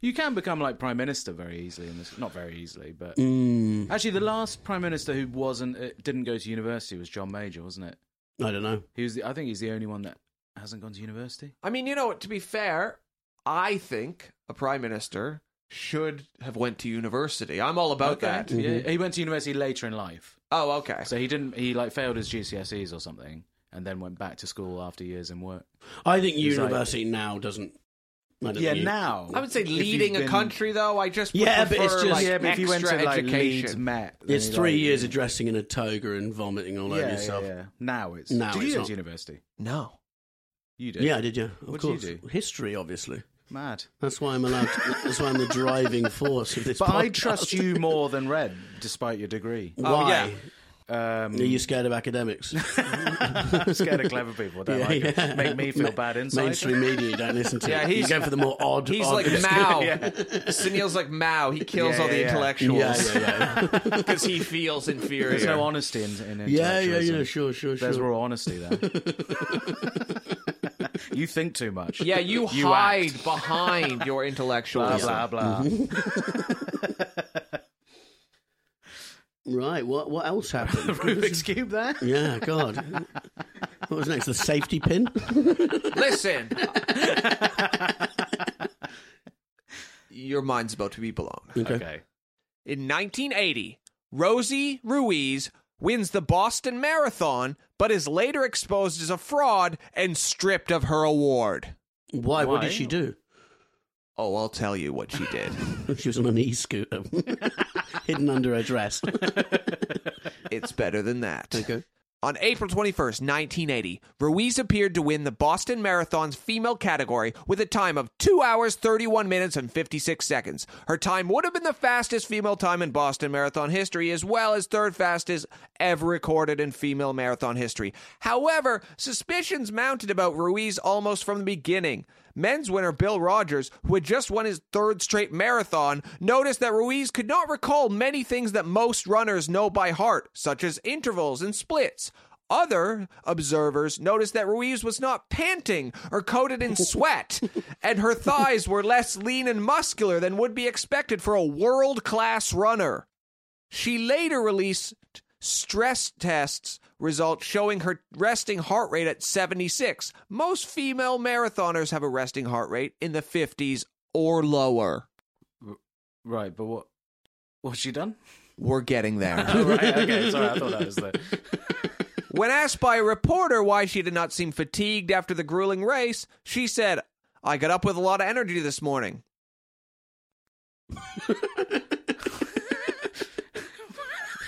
E: You can become like prime minister very easily in this. Not very easily, but
F: Mm,
E: actually, the last prime minister who wasn't uh, didn't go to university was John Major, wasn't it?
F: I don't know.
E: He was. The, I think he's the only one that hasn't gone to university.
D: I mean, you know, to be fair, I think a prime minister should have went to university. I'm all about that. Mm-hmm.
E: Yeah, he went to university later in life,
D: Oh, okay.
E: so he didn't. He like failed his GCSEs or something, and then went back to school after years in work.
F: I think
E: He's like-
F: university now doesn't. I don't think you-
E: now
D: I would say
E: if you've
D: leading a
E: been-
D: country, though. I just would
F: Yeah, but it's
D: prefer,
F: just-
D: like,
E: yeah, but if you went to
D: extra
E: like Leeds
D: education.
E: Met, then
F: It's
E: you're
F: three
E: like-
F: years of dressing in a toga and vomiting all over yourself. Yeah,
E: Now it's
F: Now
E: Did
F: it's
E: you go
F: not.
E: to university?
D: no,
E: You did.
F: I did. Yeah, of
E: What did you
F: course.
E: do?
F: History, obviously.
E: Mad.
F: That's why I'm allowed. To, that's why I'm the driving force of this.
E: But I
F: podcast.
E: trust you more than Red, despite your degree.
F: Why?
D: yeah.
E: Um,
F: Are you scared of academics?
E: I'm scared of clever people. Don't like it. Make me feel
F: Ma-
E: bad inside.
F: Mainstream media, you don't listen to.
D: Yeah,
F: he's
D: he's-
F: going for the more odd.
D: he's
F: odd
D: like
F: obscure-
D: Mao.
E: Yeah.
D: Sunil's like Mao. He kills
E: Yeah,
D: all the
E: yeah, yeah.
F: Yeah,
D: intellectuals
F: yeah, yeah.
D: because he feels inferior.
E: There's no honesty in, in
F: yeah, yeah,
E: intellectualism.
F: yeah. Sure, sure, sure.
E: There's raw honesty there. you think too much.
D: yeah, you, hide
E: act.
D: behind your
E: Blah
D: intellectualism.
E: blah blah.
F: Mm-hmm. Right. What? What else happened?
E: Rubik's cube there.
F: yeah. God. What was next? The safety pin.
D: Listen. Your mind's about to be blown.
E: Okay.
D: In 1980, Rosie Ruiz wins the Boston Marathon, but is later exposed as a fraud and stripped of her award.
F: Why? What
E: Why?
F: did she do?
D: Oh, I'll tell you what she did.
F: She was on an e-scooter, hidden under her dress.
D: it's better than that. On April 21st, 1980, Ruiz appeared to win the Boston Marathon's female category with a time of 2 hours 31 minutes and 56 seconds. Her time would have been the fastest female time in Boston Marathon history as well as third fastest ever recorded in female marathon history. However, suspicions mounted about Ruiz almost from the beginning. Men's winner Bill Rogers, who had just won his third straight marathon, noticed that Ruiz could not recall many things that most runners know by heart, such as intervals and splits. Other observers noticed that Ruiz was not panting or coated in sweat, and her thighs were less lean and muscular than would be expected for a world class runner. She later released stress tests results showing her resting heart rate at 76. Most female marathoners have a resting heart rate in the 50s or lower.
E: Right, but what? What's she done?
D: We're getting there.
E: Oh, right. Okay. Sorry, I thought that was the.
D: when asked by a reporter why she did not seem fatigued after the grueling race, she said, I got up with a lot of energy this morning.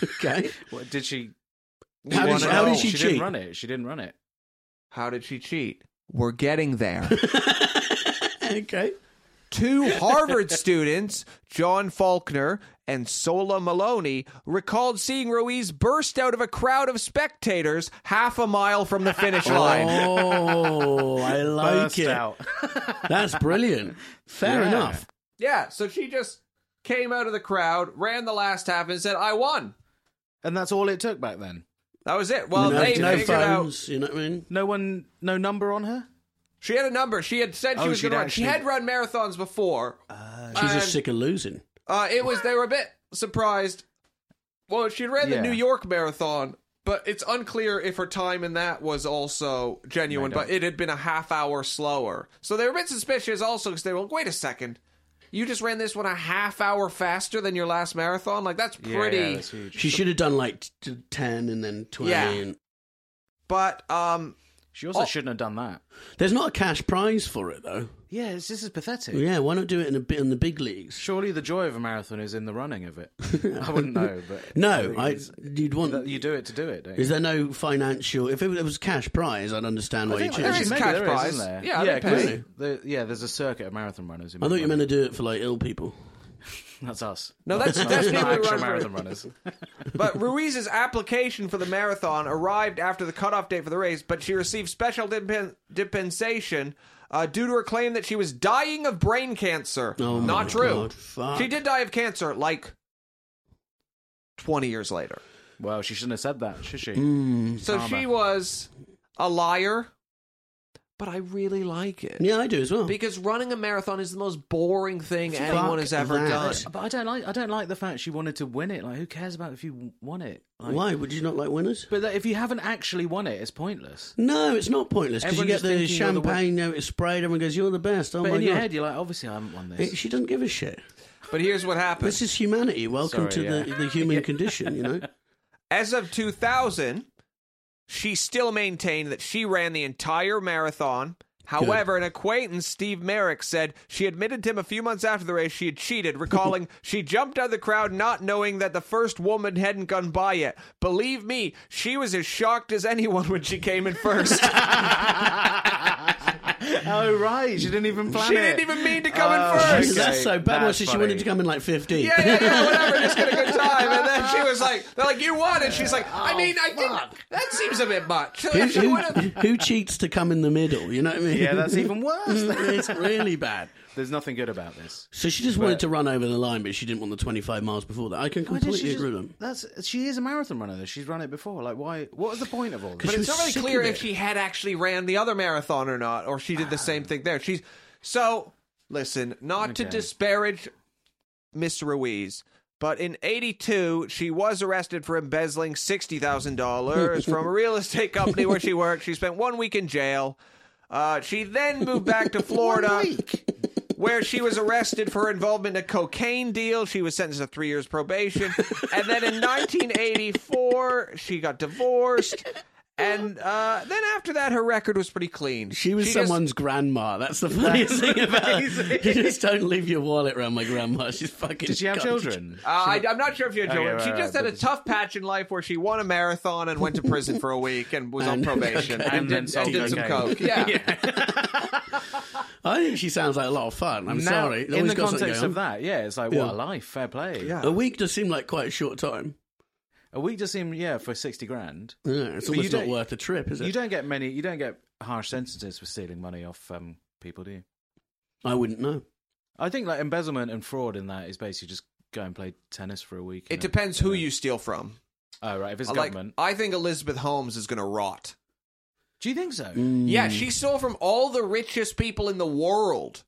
F: Okay.
E: What, did she? Well,
F: How did,
D: wanna
F: she,
E: no,
F: how
D: know?
F: did she,
E: she
F: cheat?
E: didn't run it. She didn't run it.
D: How did she cheat? We're getting there.
F: okay.
D: Two Harvard students, John Faulkner and Sola Maloney, recalled seeing Ruiz burst out of a crowd of spectators half a mile from the finish line.
F: Oh, I like
E: Burst
F: it.
E: out.
F: That's brilliant. Fair
E: Yeah.
F: enough.
D: yeah, so she just came out of the crowd, ran the last half, and said, I won.
E: And that's all it took back then.
D: That was it. Well,
F: no,
D: they
F: no
D: figured out.
F: phones. You know what I mean?
E: No one, no number on her.
D: She had a number. She had said she
E: Oh,
D: was going
E: she'd
D: to run. She had
E: actually-
D: run marathons before.
F: She's
D: And-
F: just sick of losing.
D: Uh, it was they were a bit surprised. Well, she ran the
E: Yeah.
D: New York Marathon, but it's unclear if her time in that was also genuine. But it had been a half hour slower, so they were a bit suspicious also because they were like, "Wait a second, You just ran this one a half hour faster than your last marathon. Like that's
E: Yeah, yeah,
D: pretty.
E: that's huge.
F: She should have done like t- t- 10 and then 20.
D: Yeah.
F: And
D: But um,
E: She also
D: Oh.
E: shouldn't have done that.
F: there's not a cash prize for it, though.
E: Yeah, it's, this is pathetic.
F: Yeah, why not do it in, a, bit in the big leagues?
E: Surely the joy of a marathon is in the running of it. I wouldn't know, but
F: No, I,
E: think
F: you'd want.
E: it's- you do it to do it. Don't you?
F: Is there no financial? If it was cash prize, I'd understand
E: I
F: why you
E: think
F: choose.
D: there
F: it.
D: is
E: maybe
D: cash
E: there
D: prize.
E: isn't there?
D: Yeah,
E: yeah,
D: they
E: 'cause
F: pay.
E: the- yeah. There's a circuit of marathon runners. who
F: I thought
E: make
F: you meant to do it for like ill people.
E: money. that's us.
D: No, that's-
E: Not-
D: that's
E: not
D: people who
E: actual
D: run for-
E: marathon runners.
D: but Ruiz's application for the marathon arrived after the cutoff date for the race, but she received special dipen- dispensation uh, due to her claim that she was dying of brain cancer.
F: Oh
D: Not
F: my
D: true.
F: God, fuck.
D: She did die of cancer, like twenty years later.
E: Well, she shouldn't have said that, should
F: Mm.
E: she?
D: So she was a liar. But I really like it.
F: Yeah, I do as well.
D: Because running a marathon is the most boring thing anyone has ever
F: that.
D: done.
E: But I don't like. I don't like the fact she wanted to win it. Like, who cares about if you won it? Like,
F: Why would you not like winners?
E: But that- if you haven't actually won it, it's pointless.
F: No, it's not pointless because you
E: Everyone
F: get
E: just
F: the
E: thinking you're the win-
F: champagne. now it's sprayed. Everyone goes, "You're the best." Oh
E: but
F: my
E: in
F: god!
E: your head, you're like, obviously, I haven't won
F: It-
E: this.
F: she doesn't give a shit.
D: But here's what happened.
F: This is humanity. Welcome
E: Sorry,
F: to the,
E: yeah.
F: the human condition. You know.
D: As of 2000, she still maintained that she ran the entire marathon. However, an acquaintance, Steve Merrick, said she admitted to him a few months after the race she had cheated, recalling she jumped out of the crowd not knowing that the first woman hadn't gone by yet. Believe me, she was as shocked as anyone when she came in first.
E: oh right, she didn't even plan
D: she
E: it.
D: didn't even mean to come in
E: Oh,
D: first.
E: okay.
F: That's so bad.
E: that's
F: was it? She
E: funny.
F: wanted to come in like 15.
D: yeah, yeah, yeah, whatever, just get a good time. And then she was like, they're like, you won. And she's like,
F: Oh,
D: I mean, I didn't. That seems a bit much.
F: Who,
D: She
F: who-
D: would've-
F: who cheats to come in the middle? You know what I mean?
E: Yeah, that's even worse.
F: it's really bad.
E: There's nothing good about this.
F: So she just wanted to run over the line, but she didn't want the 25 miles before that. I can
E: Why didn't
F: completely
E: she
F: agree
E: just-
F: with them.
E: That's she is a marathon runner. though. She's run it before. Like, why? What was the point of all
F: But
E: this?
D: But
F: She
D: it's
F: was
D: not really
F: sick
D: clear
F: of
D: if
F: it.
D: she had actually ran the other marathon or not, or she did the same thing there. She's so listen, not to
E: Okay.
D: disparage Miss Ruiz, but in '82 she was arrested for embezzling sixty thousand dollars from a real estate company where she worked. She spent one week in jail. Uh, she then moved back to Florida, where she was arrested for her involvement in a cocaine deal. She was sentenced to three years probation, and then in 1984 she got divorced. And uh, then after that, her record was pretty clean.
F: She was
D: just-
F: someone's grandma. That's the funniest thing about her. You just don't leave your wallet around my grandma. She's fucking.
E: Did she have
F: cunt.
E: children?
D: Uh, I, I'm not sure if you're
E: Okay,
D: joking.
E: right,
D: she
E: right,
D: just
E: right,
D: had a tough patch in life where she won a marathon and went to prison for a week and was on
F: And-
D: probation
F: okay.
D: and,
E: And
D: did,
E: then
D: and
E: sold
D: did some
E: cocaine.
D: coke. Yeah.
F: I think she sounds like a lot of fun. I'm
E: Now,
F: sorry.
E: in
F: Always
E: the
F: got something
E: context
F: going
E: of
F: on.
E: that, yeah, it's like
F: Yeah.
E: what a life. Fair play.
D: Yeah.
F: a week does seem like quite a short time.
E: A week just seemed yeah for sixty grand.
F: Yeah, it's
E: But you
F: almost not
E: don't-
F: worth the trip, is it?
E: You don't get many. You don't get harsh sentences for stealing money off um, people, do you?
F: I wouldn't know.
E: I think like embezzlement and fraud in that is basically just go and play tennis for a week. you
D: It
E: know?
D: depends who you steal from.
E: Oh right, if it's
D: like,
E: government,
D: I think Elizabeth Holmes is going to rot.
E: do you think so?
D: Yeah, she stole from all the richest people in the world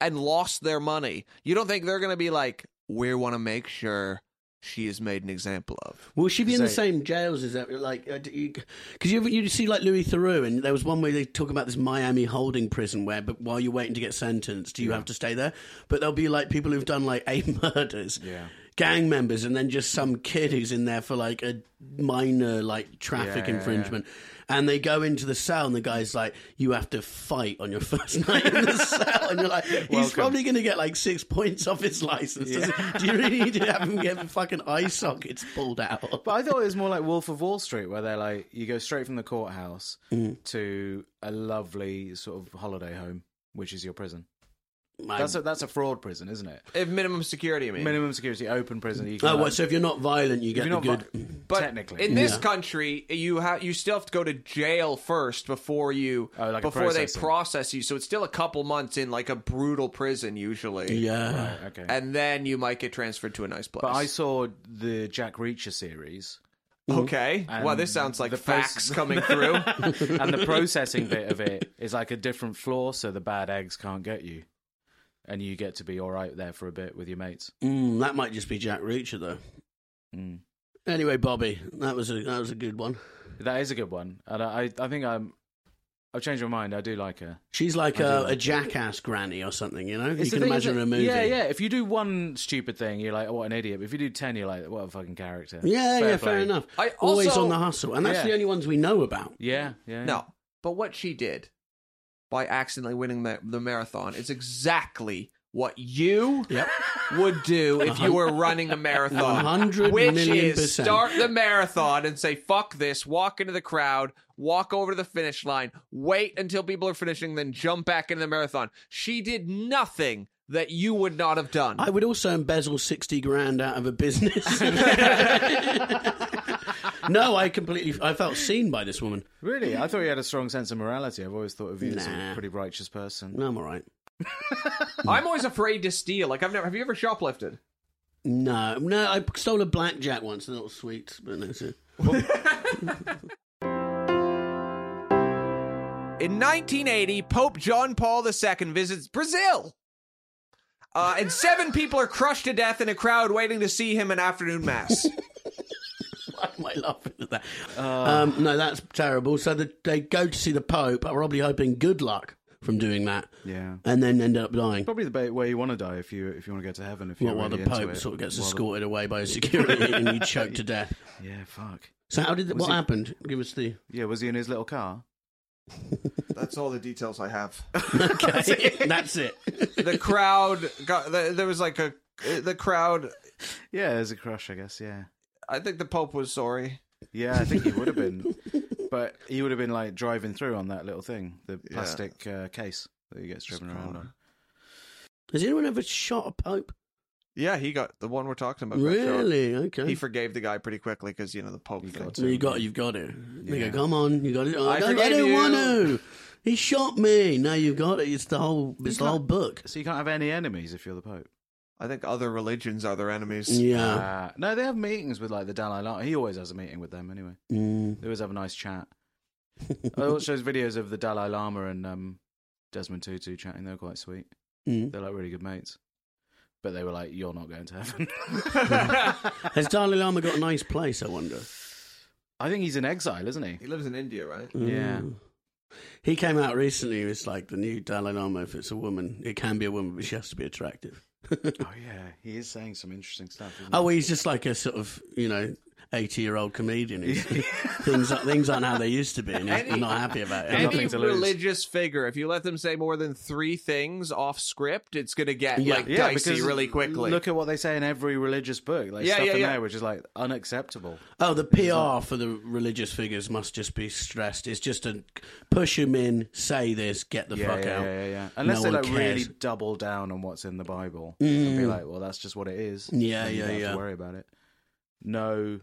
D: and lost their money. You don't think they're going to be like, we want to make sure she is made an example of.
F: Will she be in the
E: Say-
F: same jails as that? Like, because you, 'cause you, ever- you see, like Louis Theroux, and there was one where they talk about this Miami holding prison where, but while you're waiting to get sentenced, you have to stay there. But there'll be like people who've done like eight murders,
E: Yeah.
F: gang members, and then just some kid who's in there for like a minor like traffic
E: Yeah, yeah,
F: infringement. And they go into the cell, and the guy's like, "You have to fight on your first night in the cell," and you're like, "He's
E: Welcome.
F: probably going to get like six points off his license." doesn't- Do you really need to have him get fucking eye sockets pulled out?
E: But I thought it was more like Wolf of Wall Street, where they're like, you go straight from the courthouse to a lovely sort of holiday home, which is your prison.
F: I-
E: That's a, that's a fraud prison, isn't it?
D: If minimum security, I mean.
E: Minimum security, open prison. You
F: Oh,
E: can't-
F: well, so if you're not violent, you
E: if
F: get
E: you're
F: the
E: not
F: good.
E: vi-
D: Mm. but
E: technically,
D: in this
F: Yeah.
D: country, you have you still have to go to jail first before you
E: Oh, like a
D: before they
E: processing.
D: process you. So it's still a couple months in like a brutal prison usually,
F: yeah.
E: okay.
D: and then you might get transferred to a nice place.
E: But I saw the Jack Reacher series,
D: okay,
E: And
D: well this sounds like
E: the
D: facts
E: proce-
D: coming through.
E: and the processing bit of it is like a different floor, so the bad eggs can't get you, and you get to be all right there for a bit with your mates.
F: Mm, that might just be Jack Reacher, though.
E: Mm.
F: Anyway, Bobby, that was a that was a good one.
E: That is a good one, and I I I think I'm I've changed my mind. I do like her.
F: She's like
E: I do
F: a,
E: like
F: a jackass granny or something, you know?
E: It's
F: you
E: the
F: can
E: thing,
F: imagine
E: isn't
F: her
E: it?
F: a movie.
E: Yeah, yeah. If you do one stupid thing, you're like, oh, what an idiot. But if you do ten, you're like, what a fucking character.
F: Yeah, yeah, fair
E: play.
F: enough.
D: I
F: Always
D: also-
F: on the hustle. And that's
E: Yeah.
F: the only ones we know about.
E: Yeah, yeah.
D: No, but what she did by accidentally winning the, the marathon is exactly what you
F: Yep.
D: would do if you were running a marathon.
F: 100
D: which
F: million
D: is
F: percent.
D: start the marathon and say fuck this walk into the crowd walk over to the finish line wait until people are finishing then jump back into the marathon she did nothing that you would not have done
F: I would also embezzle 60 grand out of a business. no, I completely, I felt seen by this woman.
E: Really, I thought you had a strong sense of morality. I've always thought of you as a
F: Nah.
E: pretty righteous person.
F: No, I'm all right.
D: i'm always afraid to steal like i've never have you ever shoplifted
F: No, no, I stole a blackjack once, a little sweet, but no, so-
D: In 1980, Pope John Paul II visits Brazil. Uh, and seven people are crushed to death in a crowd waiting to see him in afternoon mass.
F: Why am I laughing at that?
E: Uh.
F: um, no, that's terrible. So the, they go to see the Pope, probably hoping good luck from doing that,
E: Yeah.
F: and then end up dying.
E: Probably the ba- way you want to die if you if you want to go to heaven. If you're
F: Well, while
E: really
F: the
E: into
F: Pope
E: it.
F: sort of gets
E: While the-
F: escorted away by security and you choke to death.
E: Yeah, fuck.
F: So how did the,
E: Was
F: what
E: it-
F: happened? Give us the
E: Yeah, was he in his little car?
D: That's all the details I have.
F: okay. that's it.
D: The crowd got the, there was like a the crowd.
E: Yeah, as a crush, I guess. Yeah,
D: I think the Pope was sorry.
E: yeah. I think he would have been, but he would have been like driving through on that little thing, the plastic uh, case that he gets driven around on.
F: Has anyone ever shot a Pope?
D: Yeah, he got the one we're talking about. got shot.
F: really? Okay.
D: He forgave the guy pretty quickly because you know the Pope. Thing.
F: Well, you got it, you've got it. They
E: Yeah.
F: go, come on, you got it. Oh,
D: I
F: I, don't, I
D: forgive
F: don't
D: you.
F: want to. He shot me. Now you've got it. It's the whole. It's the whole book.
E: So you can't have any enemies if you're the Pope.
D: I think other religions are their enemies.
F: Yeah.
E: Uh, no, they have meetings with like the Dalai Lama. He always has a meeting with them anyway.
F: Mm.
E: They always have a nice chat. I watch those videos of the Dalai Lama and um, Desmond Tutu chatting. They're quite sweet.
F: Mm.
E: They're like really good mates. But they were like, "You're not going to heaven."
F: Has Dalai Lama got a nice place? I wonder.
E: I think he's in exile, isn't he?
D: He lives in India, right?
E: Yeah.
F: Mm. He came out recently. It's like the new Dalai Lama. If it's a woman, it can be a woman, but she has to be attractive.
E: Oh yeah, he is saying some interesting stuff. Isn't
D: Mm.
F: Oh, well,
E: he?
F: he's just like a sort of you know eighty-year-old comedian. He's- things are- things aren't how they used to be, and he's
D: Any-
F: not happy about it.
D: Any
E: nothing to lose.
D: religious figure, if you let them say more than three things off script, it's going to get
F: Yeah.
D: like
E: Yeah,
D: dicey
E: because
D: really quickly.
E: Look at what they say in every religious book, like
D: Yeah,
E: stuff
D: yeah,
E: in
D: yeah.
E: there which is like unacceptable.
F: Oh, the PR for the religious figures must just be stressed. It's just a push him in, say this, get the
E: yeah,
F: fuck
E: yeah,
F: out.
E: yeah, yeah, yeah. Unless they
F: one
E: like really
F: cares. Mm.
E: double down on what's in the Bible and be like, "Well, that's just what it is."
F: Yeah,
E: and you
F: yeah,
E: don't have
F: yeah.
E: To worry about it. No,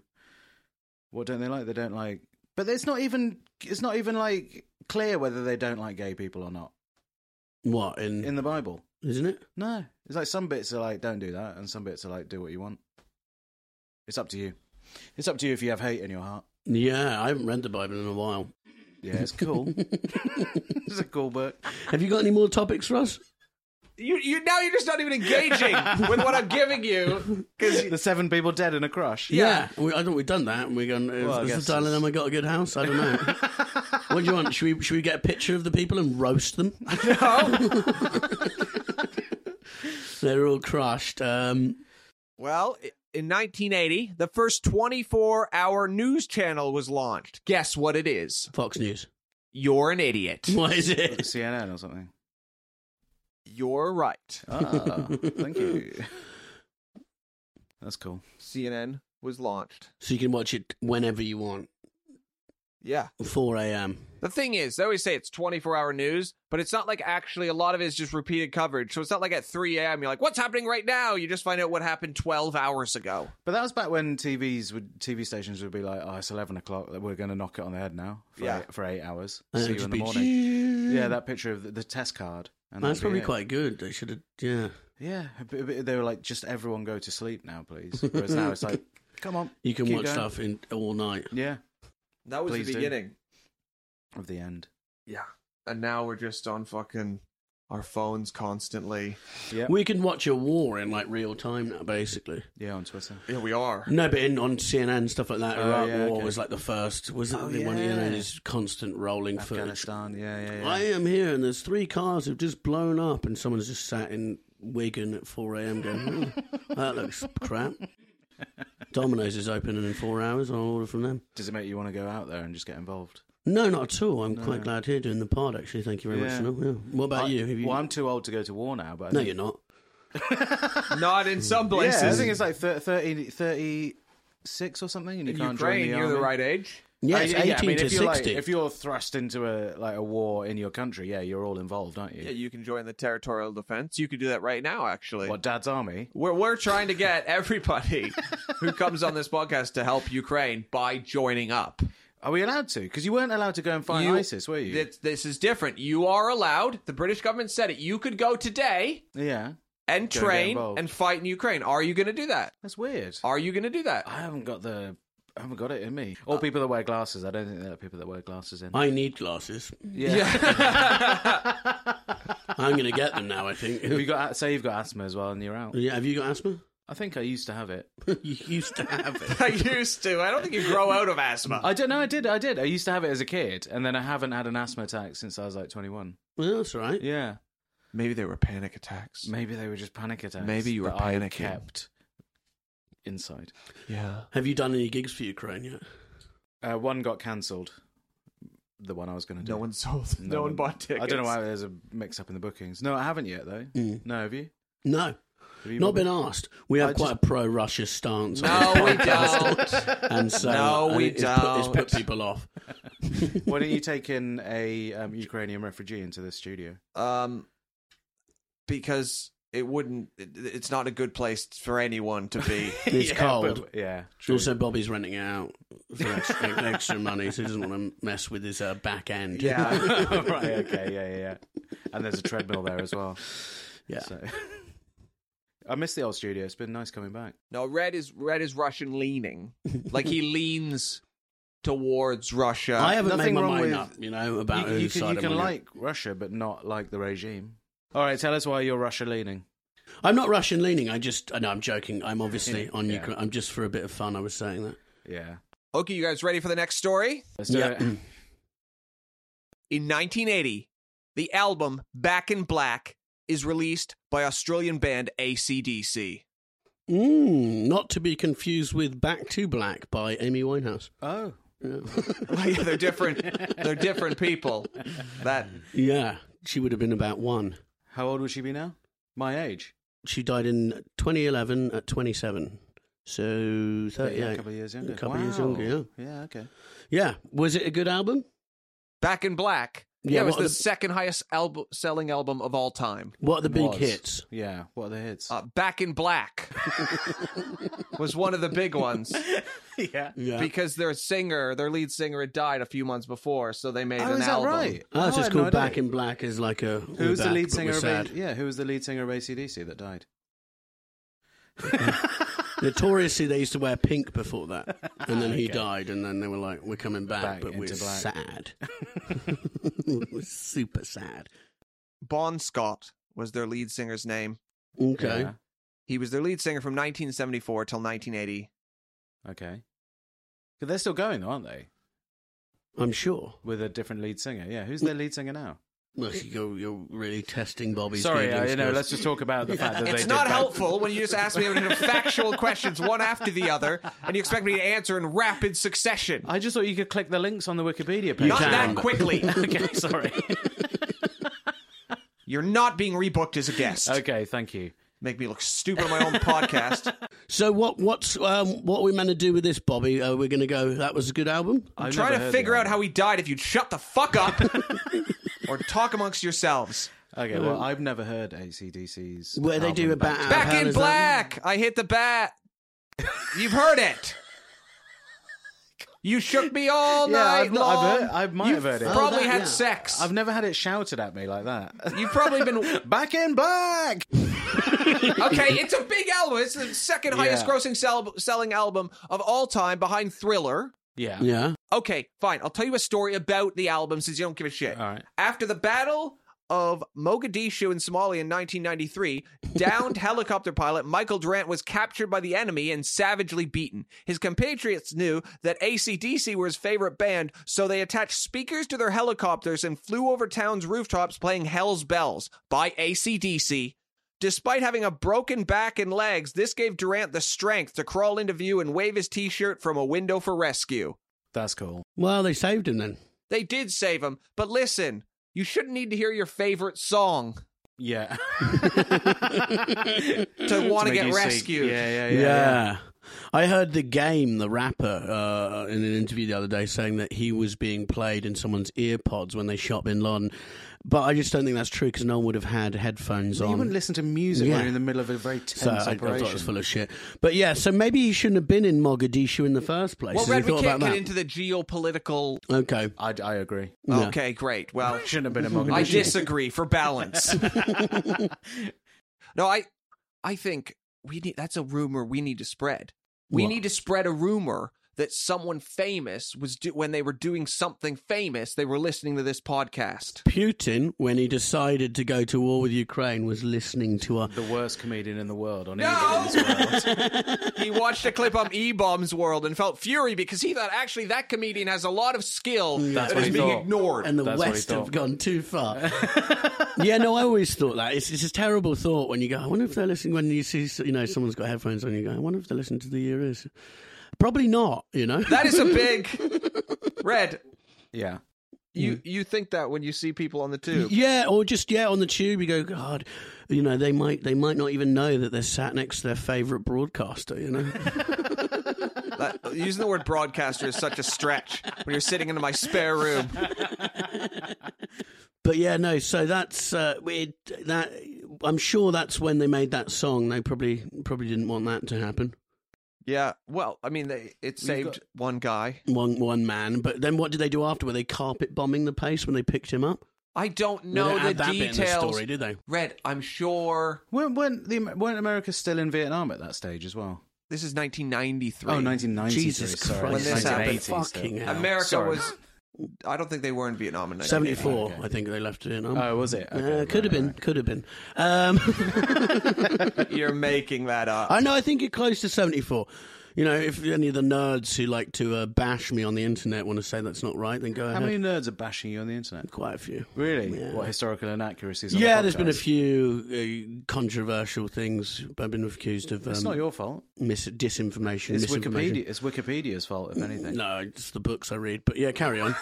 E: what don't they like? They don't like. But it's not even. It's not even like clear whether they don't like gay people or not
F: What in,
E: in the Bible.
F: isn't it?
E: No, it's like some bits are like don't do that, and some bits are like do what you want. It's up to you. It's up to you if you have hate in your heart.
F: Yeah, I haven't read the Bible in a while.
E: Yeah, it's cool. it's a cool book.
F: Have you got any more topics, Ross?
D: you, you now you're just not even engaging with what I'm giving you because
E: The seven people dead in a crush.
F: Yeah, we, I think we've done that. We're going.
E: Well, I
F: Well,
E: guess
F: has the Dalai
E: it's-
F: Lama got a good house? I don't know. what do you want? Should we, should we get a picture of the people and roast them? They're all crushed. Um,
D: Well, i- in 1980, the first 24-hour news channel was launched. Guess what it is?
F: Fox News.
D: You're an idiot.
F: What is it?
E: CNN or something.
D: You're right.
E: Ah, thank you. That's cool.
D: CNN was launched.
F: So you can watch it whenever you want.
D: Yeah.
F: 4 a.m.
D: The thing is, they always say it's 24 hour news, but it's not like actually a lot of it is just repeated coverage. So it's not like at 3 a.m. you're like, what's happening right now? You just find out what happened 12 hours ago.
E: But that was back when TVs would TV stations would be like, "Oh, it's eleven o'clock. We're going to knock it on the head now for
D: Yeah.
E: eight, for eight hours.
F: And
E: See
F: it'd
E: you
F: just
E: in the
F: be-
E: morning." Yeah, that picture of the, the test card. And
F: That's
E: that'd be
F: probably
E: it.
F: quite good. They should have. Yeah.
E: Yeah, a bit- a bit- they were like, "Just everyone go to sleep now, please." Whereas now it's like, "Come on,
F: You can
E: keep
F: watch
E: going."
F: stuff in all night.
E: Yeah,
D: That was
E: Please
D: the
E: do.
D: beginning.
E: of the end.
D: Yeah. And now we're just on fucking our phones constantly.
F: We can watch a war in like real time now, basically.
E: Yeah, on Twitter.
D: Yeah, we are.
F: No, but in on CNN and stuff like that,
E: Oh,
F: Iraq
E: yeah,
F: War
E: okay.
F: was like the first. Was it
E: Oh,
F: the one? You know,
E: yeah.
F: this constant rolling footage.
E: Afghanistan. Yeah, yeah, yeah.
F: I am here, and there's three cars who've just blown up, and someone's just sat in Wigan at 4 a.m. going, "Oh, "That looks crap." Domino's is opening in four hours. I'll order from them.
E: Does it make you want to go out there and just get involved?
F: No, not at all. I'm quite glad here doing the pod. Actually, thank you very
E: Yeah.
F: much. Sunil. Yeah. What about
E: I-
F: you? Have you?
E: Well, I'm too old to go to war now, but I
F: no,
E: think-
F: you're not.
D: Not in some places.
E: Yeah, I think it's like thir 30, 36 or something, and you
D: in
E: can't
D: Ukraine,
E: join the
D: you're
E: army.
D: the right age.
F: Yeah,
E: Uh,
F: it's
E: yeah,
F: 18
E: yeah, I mean,
F: to
E: if you're, like-
F: 60.
E: if you're thrust into a like a war in your country, yeah, you're all involved, aren't you?
D: Yeah, you can join the territorial defense. You could do that right now, actually.
E: What Dad's army?
D: We're, we're trying to get everybody who comes on this podcast to help Ukraine by joining up.
E: Are we allowed to? Because you weren't allowed to go and fight
D: You-
E: ISIS, were you?
D: This, this is different. You are allowed. The British government said it. You could go today
E: yeah,
D: and
E: Go get
D: train
E: involved.
D: and fight in Ukraine. Are you going to do that?
E: that's weird.
D: Are you going to do that?
E: I haven't got the. I haven't got it in me.
D: Uh,
E: Or people that wear glasses. I don't think there are people that wear glasses in.
F: I need glasses.
E: yeah.
F: I'm going to get them now. I think.
E: Have you got say you've got asthma as well and you're out?
F: yeah, have you got asthma?
E: I think I used to have it.
F: you used to have it.
D: I used to. I don't think you grow out of asthma.
E: I don't know. I did. I did. I used to have it as a kid, and then I haven't had an asthma attack since I was like 21.
F: Well, that's all right.
E: Yeah.
D: Maybe they were panic attacks.
E: Maybe they were just panic attacks.
D: Maybe you were
E: that I
D: panicking.
E: kept inside.
D: Yeah.
F: Have you done any gigs for Ukraine yet?
E: Uh, one got cancelled. The one I was going to do.
D: No one sold. No, one, bought tickets. Mm.
E: I don't know why there's a mix-up in the bookings. No, I haven't yet though. No, have you?
F: No,
E: Have you
F: not been
E: on.
F: asked. We have
E: I
F: quite
E: just-
F: a pro-Russia stance. on
D: No,
F: this
D: we
F: podcast.
D: don't.
F: And so,
D: No,
F: and
D: we
F: it's put, it's
D: don't.
F: put people off.
E: Why don't you take in a um, Ukrainian refugee into the studio?
D: um, because it wouldn't. It, it's not a good place for anyone to be.
F: It's
E: Yeah,
F: cold.
E: but- yeah. True.
F: Also, Bobby's renting it out for extra, extra money, so he doesn't want to mess with his uh, back end.
E: Yeah. right. Okay. Yeah. Yeah. Yeah. And there's a treadmill there as well.
F: Yeah.
E: So. I miss the old studio. It's been nice coming back.
D: no, red is red is Russian leaning. Like he leans towards Russia.
F: I haven't made
E: nothing
F: my
E: wrong
F: mind
E: with-
F: up, you know, about
E: you,
F: whose
E: you can, you
F: side
E: can
F: I'm on.
E: like Russia, but not like the regime. All right, tell us why you're Russia leaning.
F: I'm not Russian leaning. I just, I know, I'm joking. I'm obviously on
E: Yeah.
F: Ukraine. I'm just for a bit of fun. I was saying that.
E: Yeah,
D: okay, you guys ready for the next story?
E: let's do it.
F: Yep.
D: In 1980, the album Back in Black is released by Australian band ACDC.
F: Mm, not to be confused with Back to Black by Amy Winehouse.
E: Oh,
F: Yeah.
D: Well, yeah, they're different. They're different people. That
F: yeah, she would have been about one.
E: how old would she be now? My age.
F: She died in 2011 at 27. So
E: Yeah, a
F: 38.
E: couple of years younger.
F: A couple of years
E: Wow.
F: younger, yeah.
E: Yeah. Okay.
F: Yeah. Was it a good album?
D: Back in Black.
F: Yeah,
D: Yeah, it was
F: what are
D: the,
F: the-
D: second highest album selling album of all time.
F: What are the big
E: Was.
F: hits?
E: Yeah. What are the hits?
D: Uh, Back in Black was one of the big ones
E: yeah.
F: Yeah.
D: because their singer, their lead singer, had died a few months before, so they made
E: Oh,
D: an
E: is that
D: album.
E: right?
F: Oh, it's
E: I
F: just
E: had no
F: called Back
E: idea.
F: in Black is like a.
E: Who was the
F: back,
E: lead
F: but
E: singer
F: we're
E: of
F: sad.
E: A- Yeah, who was the lead singer of ACDC that died?
F: Notoriously, they used to wear pink before that, and then he died, and then they were like, "We're coming back,
E: Ah, Back
F: but we're
E: into black.
F: sad. we're super sad."
D: Bon Scott was their lead singer's name.
F: Okay,
E: Yeah.
D: He was their lead singer from 1974 till 1980.
E: Okay. But they're still going, though, aren't they?
F: I'm sure.
E: With a different lead singer. Yeah. Who's their lead singer now?
F: Look, you're, you're really testing Bobby's.
E: Sorry,
F: Googling
E: uh, you know,
F: skills.
E: let's just talk about the fact that
D: It's
E: they
D: not
E: did that.
D: helpful when you just ask me a bunch of factual questions one after the other, and you expect me to answer in rapid succession.
E: I just thought you could click the links on the Wikipedia page.
D: Not
F: can.
D: that quickly.
E: okay, sorry.
D: You're not being rebooked as a guest.
E: okay, thank you.
D: Make me look stupid on my own podcast.
F: So what? What's um, what are we meant to do with this, Bobby? Are we going to go? That was a good album.
E: I've
D: Try
E: never
D: to
E: heard
D: figure
E: the
D: out how he died if you'd shut the fuck up or talk amongst yourselves.
E: Okay, well, I've never heard ACDC's.
F: Where they do
E: album
F: a
E: back
F: bat-
E: to-
F: How
D: Back
F: hell
D: in
F: is that?
D: black. I hit the bat. You've heard it. You shook me all
E: Yeah,
D: night
E: I've not- I've
D: long.
E: heard- I might
D: You've
E: have heard it.
D: Probably
F: Oh, that-
D: had
F: yeah.
D: sex.
E: I've never had it shouted at me like that.
D: You've probably been
E: back in black!
D: okay, it's a big album. It's the second
E: Yeah.
D: highest grossing sell- selling album of all time behind Thriller.
E: Yeah.
F: Yeah.
D: Okay, fine. I'll tell you a story about the album since you don't give a shit.
E: All right.
D: After the battle of Mogadishu in Somalia in 1993, downed helicopter pilot Michael Durant was captured by the enemy and savagely beaten. His compatriots knew that ACDC were his favorite band, so they attached speakers to their helicopters and flew over towns' rooftops playing Hell's Bells by ACDC. Despite having a broken back and legs, this gave Durant the strength to crawl into view and wave his t shirt from a window for rescue.
E: That's cool.
F: Well, they saved him then.
D: They did save him, but listen, you shouldn't need to hear your favorite song
E: Yeah.
D: to want to
E: Mm. make
D: get
E: you sick.
D: rescued.
E: Yeah, yeah,
F: Yeah.
E: yeah. yeah.
F: I heard the game, the rapper, uh, in an interview the other day saying that he was being played in someone's ear pods when they shot Bin Laden. But I just don't think that's true because no one would have had headphones
E: You
F: on.
E: wouldn't listen to music
F: Yeah.
E: when you're in the middle of a very tense
F: so I, I thought
E: operation.
F: it was full of shit. But yeah, so maybe he shouldn't have been in Mogadishu in the first place.
D: Well,
F: Have you
D: Red, we
F: thought
D: can't
F: about
D: get
F: that?
D: into the geopolitical.
F: Okay.
E: I, I agree.
F: No.
D: Okay, great. Well,
E: Shouldn't have been a
D: I
E: Mogadishu.
D: disagree for balance. no, I, I think we need. That's a rumor we need to spread. We
F: What?
D: need to spread a rumor that someone famous was do, when they were doing something famous, they were listening to this podcast.
F: Putin, when he decided to go to war with Ukraine, was listening to us.
E: the worst comedian in the world on
D: No!
E: either in this world.
D: he watched a clip on E Bombs World and felt fury because he thought actually that comedian has a lot of skill
E: That's
D: that
E: what
D: is
E: he
D: being
E: thought.
D: ignored.
F: and the
E: That's what he
F: West have
E: thought.
F: gone too far. yeah, no, I always thought that. It's, it's a terrible thought when you go, I wonder if they're listening when you see, you know, someone's got headphones on, you go, I wonder if they're listening to the ear is. Probably not, you know?
D: that is a big red.
E: Yeah.
D: You you think that when you see people on the tube?
F: Yeah, or just yeah on the tube. You go, God, you know they might they might not even know that they're sat next to their favourite broadcaster. You know,
D: That- using the word broadcaster is such a stretch when you're sitting in my spare room.
F: but yeah, no. So that's uh, it, that. I'm sure that's when they made that song. They probably probably didn't want that to happen.
D: Yeah. Well, I mean, they, it saved one guy.
F: One one man. But then what did they do after? Were they carpet bombing the place when they picked him up?
D: I don't
F: They
D: know
F: don't
D: the
F: add that bit in the
D: details.
F: story, did they?
D: Red, I'm sure
E: Weren't, weren't, the, weren't America still in Vietnam at that stage as well?
D: this is 1993.
E: Oh, 1993.
F: Jesus
E: sorry.
F: Christ!
D: When this happened.
E: 1980 still.
F: fucking hell.
D: America
E: Sorry.
D: was. I don't think they were in Vietnam in 1980.
F: 74,
E: Okay.
F: I think they left it in.
E: Oh, was it? Okay,
F: yeah,
E: right,
F: could have been,
E: right.
F: could have been. Um,
D: You're making that up.
F: I know. I think it close to seventy-four. You know, if any of the nerds who like to uh, bash me on the internet want to say that's not right, then go
E: How
F: ahead.
E: many nerds are bashing you on the internet?
F: Quite a few.
E: Really?
F: Yeah.
E: What historical inaccuracies? on the
F: Yeah, there's been a
E: podcast?
F: few uh, controversial things. I've been accused of um,
E: It's not your fault.
F: mis- disinformation,
E: It's
F: misinformation.
E: Wikipedia. It's Wikipedia's fault, if anything.
F: No, it's the books I read. But yeah, carry on.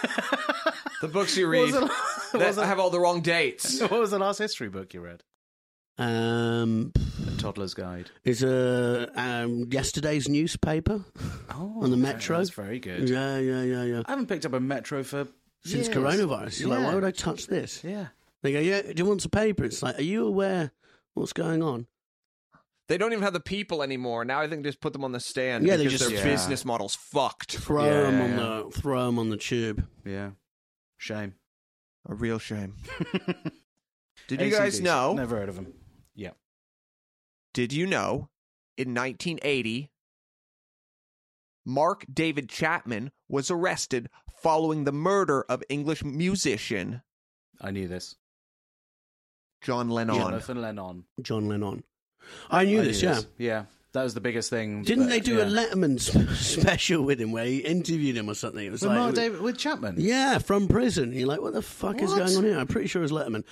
D: The books you read
E: What was the- what
D: that
E: was the-
D: have all the wrong dates.
E: What was the last history book you read?
F: um,
E: A Toddler's Guide.
F: is a um, yesterday's newspaper
E: Oh,
F: on the
E: okay,
F: metro.
E: That's very good.
F: Yeah, yeah, yeah, yeah.
E: I haven't picked up a metro for
F: Since
E: years.
F: coronavirus, you're like,
E: Yeah.
F: why would I touch this?
E: Yeah.
F: They go, yeah, do you want some paper? It's like, are you aware what's going on?
D: They don't even have the people anymore. Now I think they just put them on the stand.
F: Yeah, they
D: because
F: just-
D: their
E: Yeah.
D: business model's fucked.
F: Throw
E: Yeah,
F: 'em
E: yeah,
F: on
E: yeah.
F: the throw 'em on the tube.
E: Yeah. Shame.
D: A real shame. Did you
E: ACDC.
D: guys know?
E: Never heard of them. Yeah.
D: Did you know in 1980, Mark David Chapman was arrested following the murder of English musician
E: I knew this.
D: John Lennon?
E: Jonathan Lennon.
F: John Lennon. I knew
E: I
F: this. yeah.
E: Yeah. That was the biggest thing.
F: Didn't
E: but-
F: they do
E: yeah.
F: a Letterman sp- special with him where he interviewed him or something? It was
E: With
F: like,
E: Mark David with Chapman.
F: yeah, from prison. You're like, what the fuck is
E: What?
F: going on here? I'm pretty sure it was Letterman.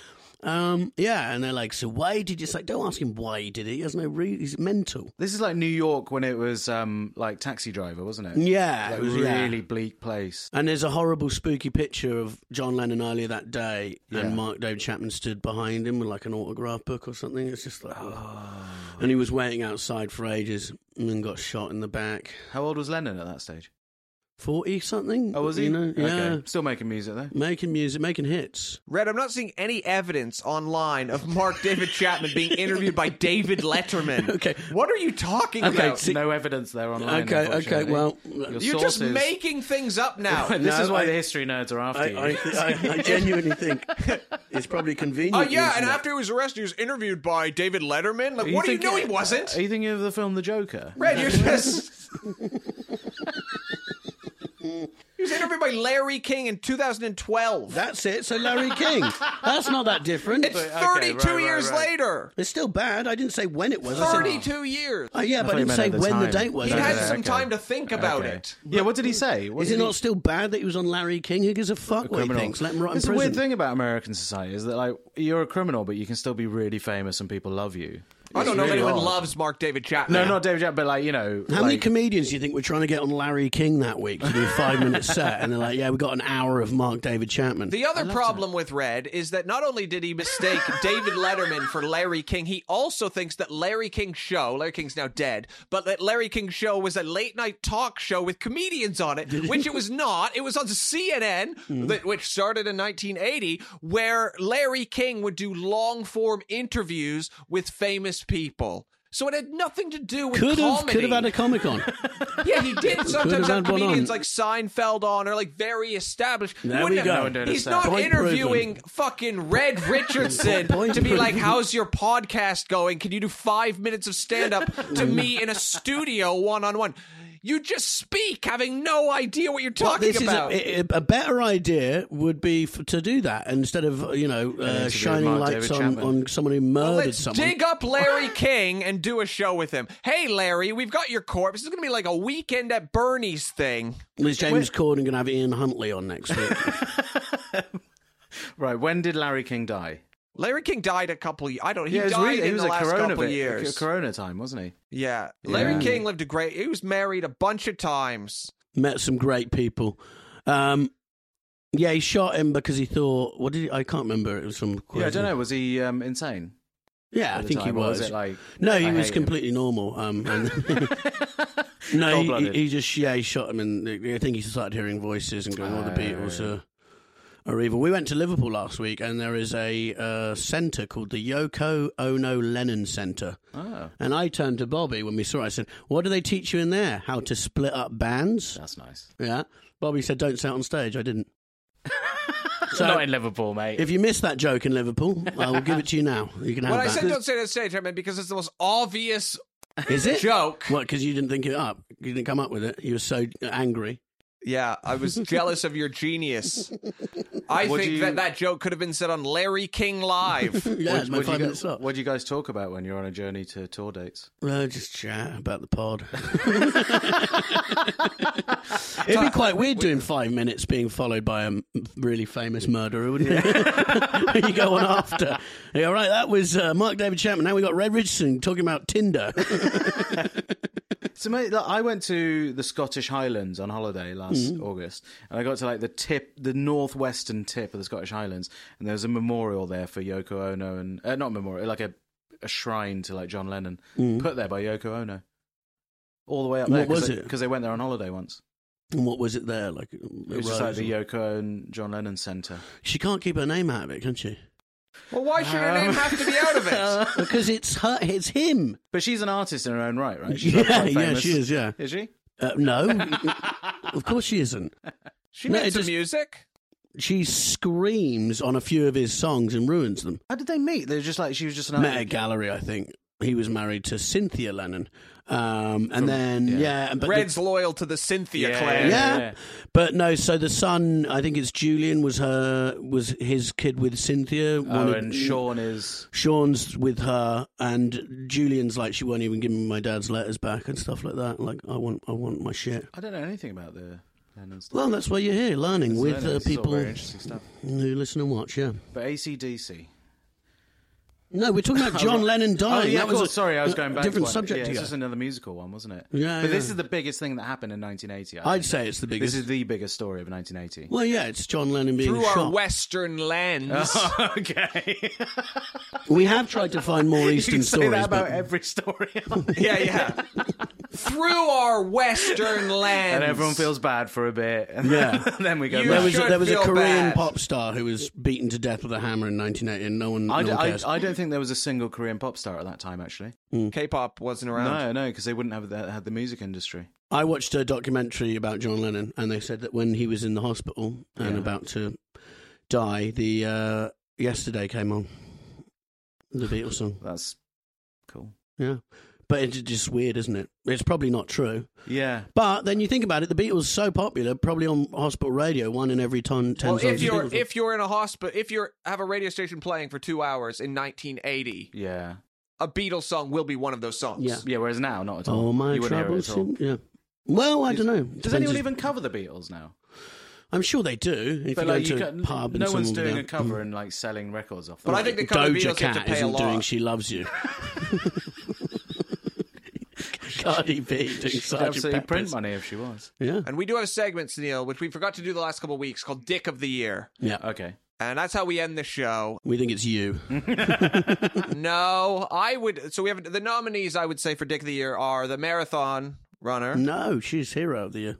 F: Um, yeah, and they're like, so why did you? It's like, don't ask him why he did it. He has no. Re- he's mental.
E: This is like New York when it was um, like Taxi Driver, wasn't it?
F: Yeah,
E: Like,
F: it was- yeah.
E: really bleak place.
F: And there's a horrible, spooky picture of John Lennon earlier that day,
E: Yeah.
F: and Mark David Chapman stood behind him with like an autograph book or something. It's just like,
E: Oh,
F: and he was waiting outside for ages, and then got shot in the back.
E: How old was Lennon at that stage?
F: Forty something.
E: Oh, was he?
F: You know? Yeah,
E: Okay. Still making music though.
F: making music, making hits.
D: Red, I'm not seeing any evidence online of Mark David Chapman being interviewed by David Letterman.
F: Okay.
D: What are you talking
F: Okay,
D: about?
F: see-
E: no evidence there online.
F: Okay, okay.
E: unfortunately.
F: Well,
E: Your
D: You're just
E: sources-
D: making things up now.
E: this
F: No,
E: is why
F: I-
E: the history nerds are after
F: I,
E: you.
F: I, I, I genuinely think it's probably convenient.
D: Oh yeah,
F: isn't
D: and
F: it?
D: after he was arrested, he was interviewed by David Letterman. Like,
E: Are you
D: what do you know?
E: thinking-
D: He wasn't.
E: Are you thinking of the film The Joker?
D: Red, you're just He was interviewed by Larry King in 2012.
F: That's it. So Larry King. That's not that different.
D: it's 32
E: right, right,
D: years
E: right.
D: later.
F: It's still bad. I didn't say when it was. I said-
D: 32 years.
F: Oh, yeah,
E: thought
F: but I
E: you
F: didn't
E: meant
F: say
E: at the
F: when the
E: time.
F: date was.
D: He
E: Okay,
D: had
E: okay,
D: some
E: okay.
D: time to think about
E: Okay.
D: it.
E: Yeah, what did he say? What
F: Is
E: did
F: it
E: he-
F: not still bad that he was on Larry King? Who gives a fuck what he thinks? Let him rot in
E: it's
F: prison.
E: a weird thing about American society is that like you're a criminal, but you can still be really famous and people love you.
D: I don't know if
E: really
D: anyone
E: odd.
D: loves Mark David Chapman.
E: No, not David Jack, but like you know,
F: How many
E: like-
F: comedians do you think were trying to get on Larry King that week to do a five minute set? And they're like, yeah, we got an hour of Mark David Chapman.
D: The other problem with Red is that not only did he mistake David Letterman for Larry King, he also thinks that Larry King's show, Larry King's now dead, but that Larry King's show was a late night talk show with comedians on it, which it was not. It was on CNN,
F: Mm.
D: that, which started in 1980, where Larry King would do long form interviews with famous people. So it had nothing to do with
F: could have,
D: comedy.
F: could have had a Comic Con.
D: Yeah, he did sometimes have
F: had one
D: comedians
F: on.
D: like Seinfeld on or like very established.
F: There
D: Wouldn't
F: we
D: have-
F: go. No one did
D: He's
E: that.
D: not
F: Point
D: interviewing
F: proven.
D: fucking Red Richardson
F: Point
D: to be like,
F: proven.
D: "How's your podcast going? Can you do five minutes of stand up to me in a studio one on one?" You just speak, having no idea what you're talking
F: this
D: about.
F: is a- a, a better idea would be f to do that instead of you know uh,
E: with
F: shining
E: Mark
F: lights
E: David
F: on,
E: Chapman.
F: on someone who murdered
D: Let's
F: someone.
D: dig up Larry King and do a show with him. Hey, Larry, we've got your corpse. It's going to be like a weekend at Bernie's thing.
F: Is James Corden going to have Ian Huntley on next week?
E: right? When did Larry King die?
D: Larry King died a couple. Ye- I don't. He
E: it was
D: died
E: really- it
D: in
E: was
D: the
E: a
D: last
E: corona
D: couple
E: bit-
D: years.
E: a corona time, wasn't he?
D: Yeah. Larry
E: Yeah.
D: King lived a great he was married a bunch of times.
F: Met some great people. Um, yeah, he shot him because he thought. What did he, I can't remember? It was some.
E: Yeah, I don't know. Was he um, insane?
F: Yeah, I
E: the
F: think he
E: time, or
F: was.
E: was it like,
F: no, he
E: I
F: was
E: hate him?
F: completely normal. Um, and- no, he-
E: Cold-blooded.
F: he, he just yeah, he shot him, and I think he started hearing voices and going, "All
E: Ah.
F: the Beatles are, are evil." We went to Liverpool last week, and there is a uh, centre called the Yoko Ono Lennon Centre.
E: Ah.
F: And I turned to Bobby when we saw it. I said, "What do they teach you in there? How to split up bands?"
E: That's nice.
F: Yeah. Bobby said, "Don't say it on stage." I didn't. so
E: Not in Liverpool, mate.
F: if you missed that joke in Liverpool, I will give it to you now. You can have
D: When I
F: Oh, that.
D: said don't say that stage, I meant because it's the most obvious
F: Is it
D: Joke.
F: What? Because you didn't think it up. You didn't come up with it. You were so angry.
D: Yeah, I was jealous of your genius. I
E: Would
D: think
E: you-
D: that that joke could have been said on Larry King Live.
F: Yeah, it's my
E: what, do
F: five
E: you
F: minutes
E: guys,
F: up.
E: what do you guys talk about when you're on a journey to tour dates?
F: Uh, just chat about the pod. It'd be quite weird doing five minutes being followed by a m- really famous murderer, wouldn't it? you go on after. Yeah, all right, that was uh, Mark David Chapman. Now we got Red Richardson talking about Tinder.
E: So, mate, look, I went to the Scottish Highlands on holiday last
F: Mm-hmm.
E: August, and I got to like the tip, the northwestern tip of the Scottish Highlands, and there was a memorial there for Yoko Ono, and uh, not memorial, like a, a shrine to like John Lennon, put there by Yoko Ono, all the way up there.
F: Mm-hmm. What was it?
E: Because they went there on holiday once.
F: and what was it there? Like, it
E: It was just like the uh, Yoko and John Lennon Center.
F: she can't keep her name out of it, can she?
D: well, why should her name have to be out of it?
F: Because it's her, it's him.
E: But she's an artist in her own right, right?
F: Yeah,
E: like, quite
F: yeah,
E: famous.
F: she is, yeah.
E: Is she?
F: Uh, no, of course she isn't.
D: She
F: No,
D: made
F: it
D: some
F: just-
D: music.
F: She screams on a few of his songs and ruins them.
E: How did they meet? They were just like she was just an
F: Met at a gallery, I think. He was married to Cynthia Lennon, um, and then yeah, but the-
D: Red's loyal to the Cynthia
E: Yeah.
D: clan.
F: yeah,
E: yeah.
F: but no. So the son, I think it's Julian, was her was his kid with Cynthia.
E: Oh,
F: wanted-
E: and Sean is.
F: Sean's with her, and Julian's like she won't even give me my dad's letters back and stuff like that. Like I want, I want my shit.
E: I don't know anything about the Lennon stuff.
F: Well, that's why you're here, learning
E: It's
F: with
E: Lennon,
F: uh,
E: it's all
F: people
E: very interesting stuff.
F: who listen and watch. Yeah.
E: But ACDC.
F: No, we're talking about John Lennon dying.
E: Oh, yeah,
F: that
E: of
F: was
E: course.
F: a-
E: Sorry, I was
F: a
E: going back. to
F: Different
E: one.
F: subject.
E: Yeah,
F: to
E: it's
F: go.
E: just another musical one, wasn't it?
F: Yeah,
E: But this
F: yeah.
E: is the biggest thing that happened in 1980. I
F: I'd
E: think.
F: say it's the biggest.
E: This is the biggest story of 1980.
F: well, yeah, it's John Lennon being
D: Through our
F: shot.
D: Western lens.
F: Uh-huh.
E: okay.
F: we have tried to find more
E: you
F: Eastern
E: can say
F: stories,
E: that about
F: but
E: every story.
D: yeah, yeah. Through our Western lens.
E: and everyone feels bad for a bit. And
F: Yeah.
E: then we go.
D: You
E: back.
F: there was a,
D: should
F: there was a
D: feel
F: Korean
D: bad.
F: pop star who was beaten to death with a hammer in 1980, and no one,
E: I,
F: no
E: d-
F: one
E: I-
F: cares.
E: I don't think there was a single Korean pop star at that time, actually.
D: K-pop wasn't around.
E: No, no, because they wouldn't have the, had the music industry.
F: I watched a documentary about John Lennon, and they said that when he was in the hospital and about to die, the uh, yesterday came on the Beatles song.
E: That's cool.
F: Yeah. But it's just weird, isn't it? It's probably not true.
E: Yeah.
F: But then you think about it, the Beatles so popular, probably on hospital radio, one in every ton, ten.
D: Well, if
F: songs.
D: you're if you're in a hospital, if you're have a radio station playing for two hours in 1980,
E: Yeah.
D: a Beatles song will be one of those songs.
F: Yeah.
E: Yeah, whereas now, not at all.
F: oh my
E: you wouldn't hear it
F: troubles,
E: at all.
F: yeah. Well, I don't know.
E: Does anyone even cover the Beatles now?
F: I'm sure they do. If
E: but
F: you
E: like,
F: go
E: you
F: to a
E: can,
F: pub, and
E: no one's
F: someone will "Mm."
E: doing
F: go,
E: a cover and like selling records off.
D: But I
E: them.
D: think they cover
F: Doja
D: Beatles have to
F: Cat
D: pay a
F: isn't
D: lot.
F: doing "She Loves You." Cardi B doing
E: She'd have
F: Sergeant
E: absolutely print
F: Pepper's.
E: money if she was.
F: Yeah,
D: And we do have a segment, Neil, which we forgot to do the last couple of weeks called Dick of the Year.
F: yeah.
E: Okay.
D: And that's how we end the show.
F: We think it's you.
E: Mm-hmm.
D: no, I would. So we have the nominees, I would say, for Dick of the Year are the marathon runner.
F: No, she's hero of the year.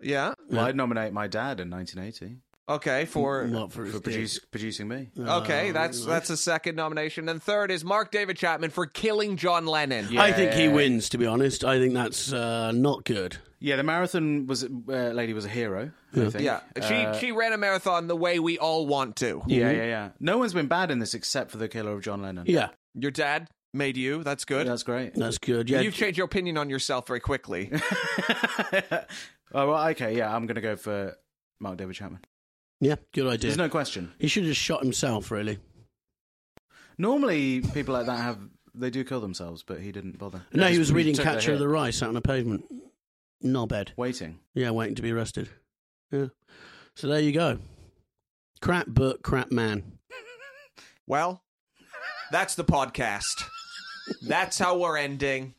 D: Yeah.
E: Well, I'd nominate my dad in 1980
D: Okay. For.
F: Not for, his
E: for
F: dick.
E: produce, producing me.
D: Okay, that's that's a second nomination. And third is Mark David Chapman for killing John Lennon.
F: I think he wins. To be honest, I think that's uh, not good.
E: Yeah, the marathon was uh, lady was a hero. I think. Uh,
D: Yeah, she she ran a marathon the way we all want to.
E: Yeah, yeah, yeah. No one's been bad in this except for the killer of John Lennon.
F: Yeah,
D: Your dad made you. That's good.
E: That's great.
F: that's good. Yeah,
D: You've changed your opinion on yourself very quickly.
E: oh, well, okay, yeah, I'm going to go for Mark David Chapman.
F: yeah, good idea.
E: There's no question.
F: He should have shot himself. Really.
E: Normally, people like that have they do kill themselves, but he didn't bother.
F: No,
E: They
F: he
E: just
F: was reading
E: took their
F: Catcher
E: hit.
F: of the Rye sat on a pavement. Knobhead.
E: waiting.
F: Yeah, waiting to be arrested. Yeah. So there you go. Crap book, crap man.
D: Well, that's the podcast. That's how we're ending.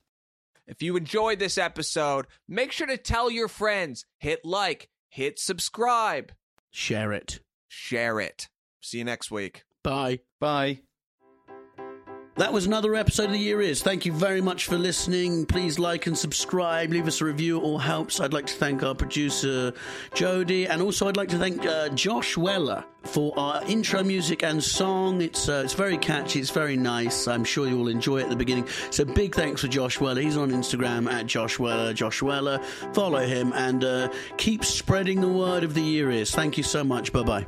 D: If you enjoyed this episode, make sure to tell your friends, hit like, hit subscribe,
F: Share it.
D: share it. See you next week.
F: Bye.
E: Bye.
F: That was another episode of The Year Is. Thank you very much for listening. Please like and subscribe. Leave us a review. It all helps. I'd like to thank our producer, Jody. And also, I'd like to thank uh, Josh Weller for our intro music and song. It's, uh, it's very catchy. It's very nice. I'm sure you'll enjoy it at the beginning. So big thanks for Josh Weller. He's on Instagram at Josh Weller. Josh Weller. Follow him and uh, keep spreading the word of The Year Is. Thank you so much. Bye-bye.